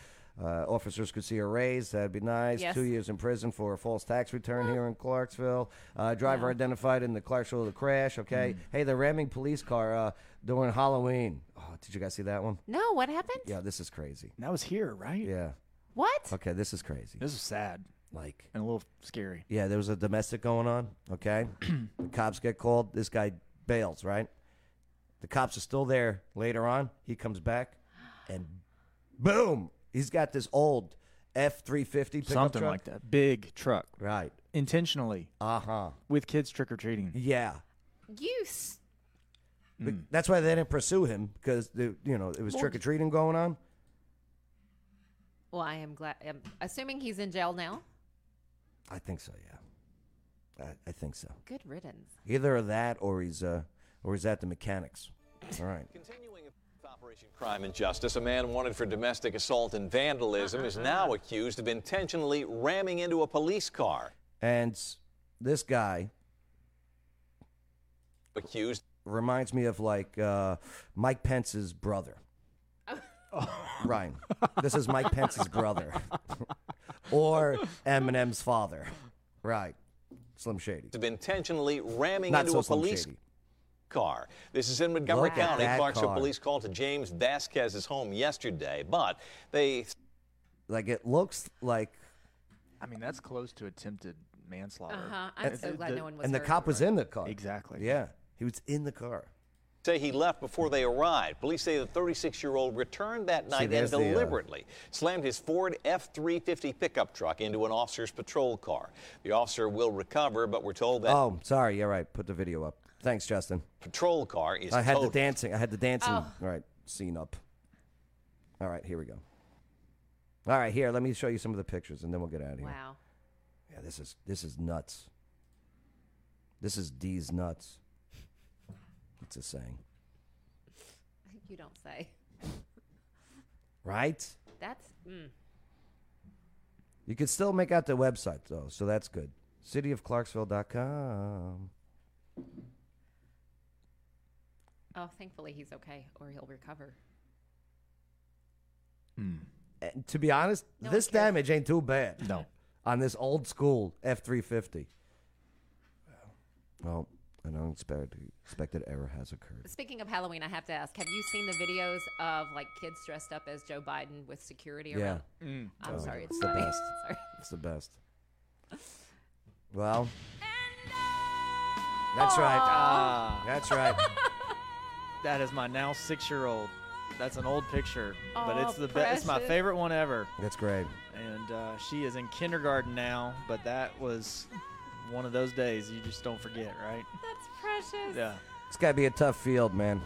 [SPEAKER 1] uh, officers could see a raise. That'd be nice.
[SPEAKER 2] Yes.
[SPEAKER 1] Two years in prison for a false tax return here in Clarksville. Uh, driver identified in the Clarksville crash. Okay. Hey, they're ramming police car uh, during Halloween. Oh, did you guys see that one?
[SPEAKER 2] No, what happened?
[SPEAKER 1] Yeah, Uh, this is crazy.
[SPEAKER 3] That was here, right?
[SPEAKER 1] Yeah.
[SPEAKER 2] What?
[SPEAKER 1] Okay, this is crazy.
[SPEAKER 3] This is sad.
[SPEAKER 1] Like
[SPEAKER 3] and a little scary.
[SPEAKER 1] Yeah, there was a domestic going on. Okay, the cops get called. This guy bails. Right, the cops are still there. Later on, he comes back, and boom, he's got this old F three fifty
[SPEAKER 3] Something
[SPEAKER 1] truck.
[SPEAKER 3] like that. Big truck.
[SPEAKER 1] Right.
[SPEAKER 3] Intentionally.
[SPEAKER 1] Uh huh.
[SPEAKER 3] With kids trick or treating.
[SPEAKER 1] Yeah.
[SPEAKER 2] You s-
[SPEAKER 1] But
[SPEAKER 3] Mm.
[SPEAKER 1] That's why they didn't pursue him because the you know it was
[SPEAKER 2] Well,
[SPEAKER 1] trick or treating going on.
[SPEAKER 2] Well, I am glad. I'm assuming he's in jail now.
[SPEAKER 1] I think so. Yeah, I, I think so.
[SPEAKER 2] Good riddance.
[SPEAKER 1] Either that or he's uh or he's at the mechanics. All right.
[SPEAKER 21] Crime and Justice. A man wanted for domestic assault and vandalism is now accused of intentionally ramming into a police car.
[SPEAKER 1] And s- this guy
[SPEAKER 21] Accused.
[SPEAKER 1] reminds me of like uh, Mike Pence's brother. Ryan, this is Mike Pence's brother, or Eminem's father. Right, Slim Shady.
[SPEAKER 21] Of intentionally ramming
[SPEAKER 1] Not
[SPEAKER 21] into
[SPEAKER 1] so
[SPEAKER 21] a
[SPEAKER 1] Slim
[SPEAKER 21] police
[SPEAKER 1] Shady.
[SPEAKER 21] car. This is in Montgomery
[SPEAKER 1] Look at
[SPEAKER 21] County.
[SPEAKER 1] that
[SPEAKER 21] Clarksville
[SPEAKER 1] car.
[SPEAKER 21] police called to James Vasquez's home yesterday, but they
[SPEAKER 1] Like it looks like.
[SPEAKER 3] I mean, that's close to attempted manslaughter.
[SPEAKER 2] Uh-huh. I'm so glad no one was
[SPEAKER 1] and the
[SPEAKER 2] hurt.
[SPEAKER 1] cop was in the car.
[SPEAKER 3] Exactly.
[SPEAKER 1] Yeah, he was in the car.
[SPEAKER 21] say he left before they arrived. Police say the 36-year-old returned that
[SPEAKER 1] See,
[SPEAKER 21] night and
[SPEAKER 1] there's the, uh,
[SPEAKER 21] deliberately slammed his Ford F-350 pickup truck into an officer's patrol car. The officer will recover, but we're told that
[SPEAKER 1] Oh, sorry. You're right. Put the video up. Thanks, Justin.
[SPEAKER 21] patrol car is
[SPEAKER 1] I had
[SPEAKER 21] totaled.
[SPEAKER 1] the dancing. I had the dancing
[SPEAKER 21] Oh.
[SPEAKER 1] right scene up. All right, here we go. All right, here, let me show you some of the pictures and then we'll get out of here.
[SPEAKER 2] Wow.
[SPEAKER 1] Yeah, this is this is nuts. This is D's nuts. It's a saying.
[SPEAKER 2] You don't say.
[SPEAKER 1] Right?
[SPEAKER 2] That's. Mm.
[SPEAKER 1] You can still make out the website though, so that's good. Cityofclarksville.com.
[SPEAKER 2] Oh, thankfully he's okay, or he'll recover.
[SPEAKER 1] And to be honest, this damage ain't too bad. No. On this old school F three fifty. Well, an unexpected expected error has occurred.
[SPEAKER 2] Speaking of Halloween, I have to ask: Have you seen the videos of like kids dressed up as Joe Biden with security
[SPEAKER 1] Yeah.
[SPEAKER 2] around? I'm
[SPEAKER 3] Mm.
[SPEAKER 1] Oh,
[SPEAKER 2] sorry,
[SPEAKER 1] It's
[SPEAKER 2] it's
[SPEAKER 1] the
[SPEAKER 2] funny.
[SPEAKER 1] best.
[SPEAKER 2] sorry.
[SPEAKER 1] It's the best. Well. That's right.
[SPEAKER 3] Ah,
[SPEAKER 1] that's right.
[SPEAKER 3] that is my now six-year-old. That's an old picture, but it's
[SPEAKER 2] Aw,
[SPEAKER 3] the best. It's my
[SPEAKER 2] precious.
[SPEAKER 3] favorite one ever.
[SPEAKER 1] That's great.
[SPEAKER 3] And uh, she is in kindergarten now, but that was one of those days you just don't forget, right?
[SPEAKER 2] That's precious.
[SPEAKER 3] Yeah.
[SPEAKER 1] It's got to be a tough field, man.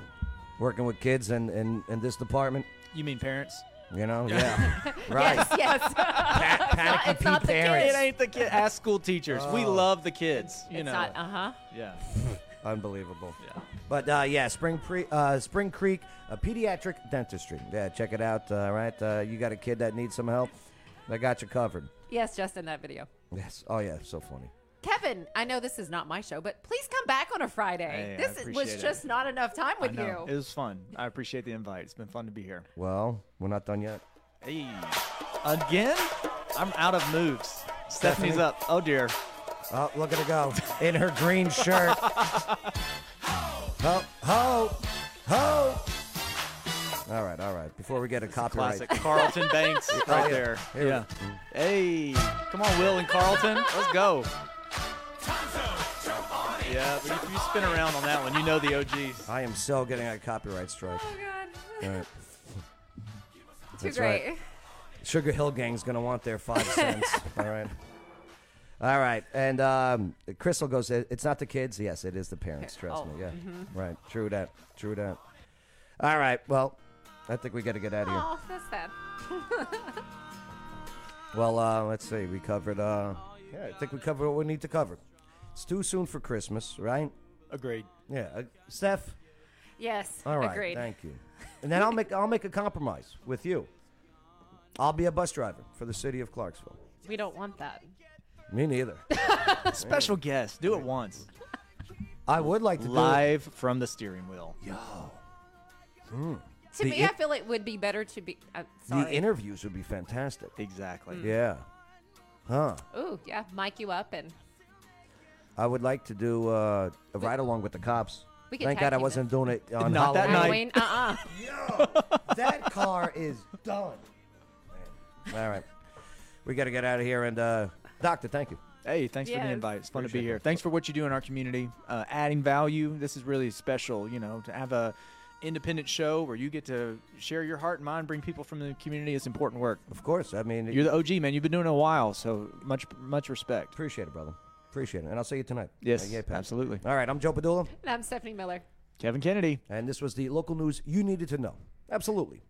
[SPEAKER 1] Working with kids and in, in this department,
[SPEAKER 3] You mean parents?
[SPEAKER 1] you know? Yeah. right.
[SPEAKER 2] Yes, yes.
[SPEAKER 3] It's not-
[SPEAKER 1] it's not the parents.
[SPEAKER 3] It ain't the kid. Ask school teachers. We
[SPEAKER 1] Oh.
[SPEAKER 3] love the kids. You
[SPEAKER 2] It's
[SPEAKER 3] know.
[SPEAKER 2] not. Uh huh.
[SPEAKER 3] yeah.
[SPEAKER 1] Unbelievable. But uh, yeah, Spring Pre- uh, Spring Creek uh, Pediatric Dentistry. Yeah, check it out. Uh, right, uh, you got a kid that needs some help. I got you covered.
[SPEAKER 2] Yes, just in that video.
[SPEAKER 1] Yes. Oh yeah, so funny.
[SPEAKER 2] Kevin, I know this is not my show, but please come back on a Friday.
[SPEAKER 3] Hey, I
[SPEAKER 2] this is-
[SPEAKER 3] appreciate
[SPEAKER 2] was
[SPEAKER 3] it.
[SPEAKER 2] just not enough time
[SPEAKER 3] I
[SPEAKER 2] with
[SPEAKER 3] know.
[SPEAKER 2] you.
[SPEAKER 3] It was fun. I appreciate the invite. It's been fun to be here.
[SPEAKER 1] Well, we're not done yet.
[SPEAKER 3] Hey. Again? I'm out of moves. Stephanie's
[SPEAKER 1] Stephanie?
[SPEAKER 3] up. Oh dear.
[SPEAKER 1] Oh, look at her go in her green shirt. ho, ho, ho. All right, all right. Before we get a copyright,
[SPEAKER 3] Classic Carlton Banks
[SPEAKER 1] Oh,
[SPEAKER 3] right
[SPEAKER 1] yeah.
[SPEAKER 3] there.
[SPEAKER 1] Here we
[SPEAKER 3] yeah. Hey. Come on, Will and Carlton. Let's go. Yeah, but if you spin around on that one, you know the OGs.
[SPEAKER 1] I am so getting a copyright strike. Oh
[SPEAKER 2] God.
[SPEAKER 1] All right.
[SPEAKER 2] Too
[SPEAKER 1] That's right.
[SPEAKER 2] great.
[SPEAKER 1] Sugar Hill Gang's gonna want their five cents. All right. All right, and um, Crystal goes. It's not the kids. Yes, it is the parents. Trust
[SPEAKER 2] Oh,
[SPEAKER 1] me. Yeah.
[SPEAKER 2] mhm.
[SPEAKER 3] mm-hmm.
[SPEAKER 1] Right. True that. True that. All right. Well, I think we got to get out of here.
[SPEAKER 2] Oh, that's sad.
[SPEAKER 1] Well, uh, let's see. We covered. Uh, yeah, I think we covered what we need to cover. It's too soon for Christmas, right?
[SPEAKER 3] Agreed.
[SPEAKER 1] Yeah, uh, Steph.
[SPEAKER 2] yes.
[SPEAKER 1] All right.
[SPEAKER 2] Agreed.
[SPEAKER 1] Thank you. And then I'll make I'll make a compromise with you. I'll be a bus driver for the city of Clarksville.
[SPEAKER 2] We don't want that.
[SPEAKER 1] Me neither.
[SPEAKER 3] Special guest. Do it once.
[SPEAKER 1] I would like to do it.
[SPEAKER 3] live from the steering wheel.
[SPEAKER 1] Yo.
[SPEAKER 2] To
[SPEAKER 1] The
[SPEAKER 2] me,
[SPEAKER 1] in-
[SPEAKER 2] I feel it would be better to be. Uh,
[SPEAKER 1] The
[SPEAKER 2] sorry.
[SPEAKER 1] interviews would be fantastic.
[SPEAKER 3] Exactly.
[SPEAKER 2] Mm.
[SPEAKER 1] Yeah. Huh.
[SPEAKER 2] Ooh, yeah. Mic you up and
[SPEAKER 1] I would like to do uh, a ride along with the cops.
[SPEAKER 2] We can
[SPEAKER 1] Thank
[SPEAKER 2] tag
[SPEAKER 1] God I
[SPEAKER 2] team
[SPEAKER 1] wasn't doing it on
[SPEAKER 3] Not that
[SPEAKER 1] Halloween.
[SPEAKER 3] night.
[SPEAKER 2] Halloween. Uh uh
[SPEAKER 1] that car is done. All right. We got to get out of here. And, uh, Doctor, thank you.
[SPEAKER 3] Hey, thanks for the
[SPEAKER 1] Yes.
[SPEAKER 3] invite. It's fun to
[SPEAKER 1] Appreciate
[SPEAKER 3] be here. Thanks for what you do in our community, uh, adding value. This is really special, you know, to have a independent show where you get to share your heart and mind, bring people from the community. It's important work.
[SPEAKER 1] Of course. I mean,
[SPEAKER 3] you're the OG man. You've been doing it a while, so much much respect.
[SPEAKER 1] Appreciate it, brother. Appreciate it. And I'll see you tonight.
[SPEAKER 3] Yes,
[SPEAKER 1] Yeah, Pat.
[SPEAKER 3] absolutely.
[SPEAKER 1] All right. I'm Joe Padula,
[SPEAKER 2] And I'm Stephanie Miller.
[SPEAKER 3] Kevin Kennedy.
[SPEAKER 1] and this was the local news you needed to know. Absolutely.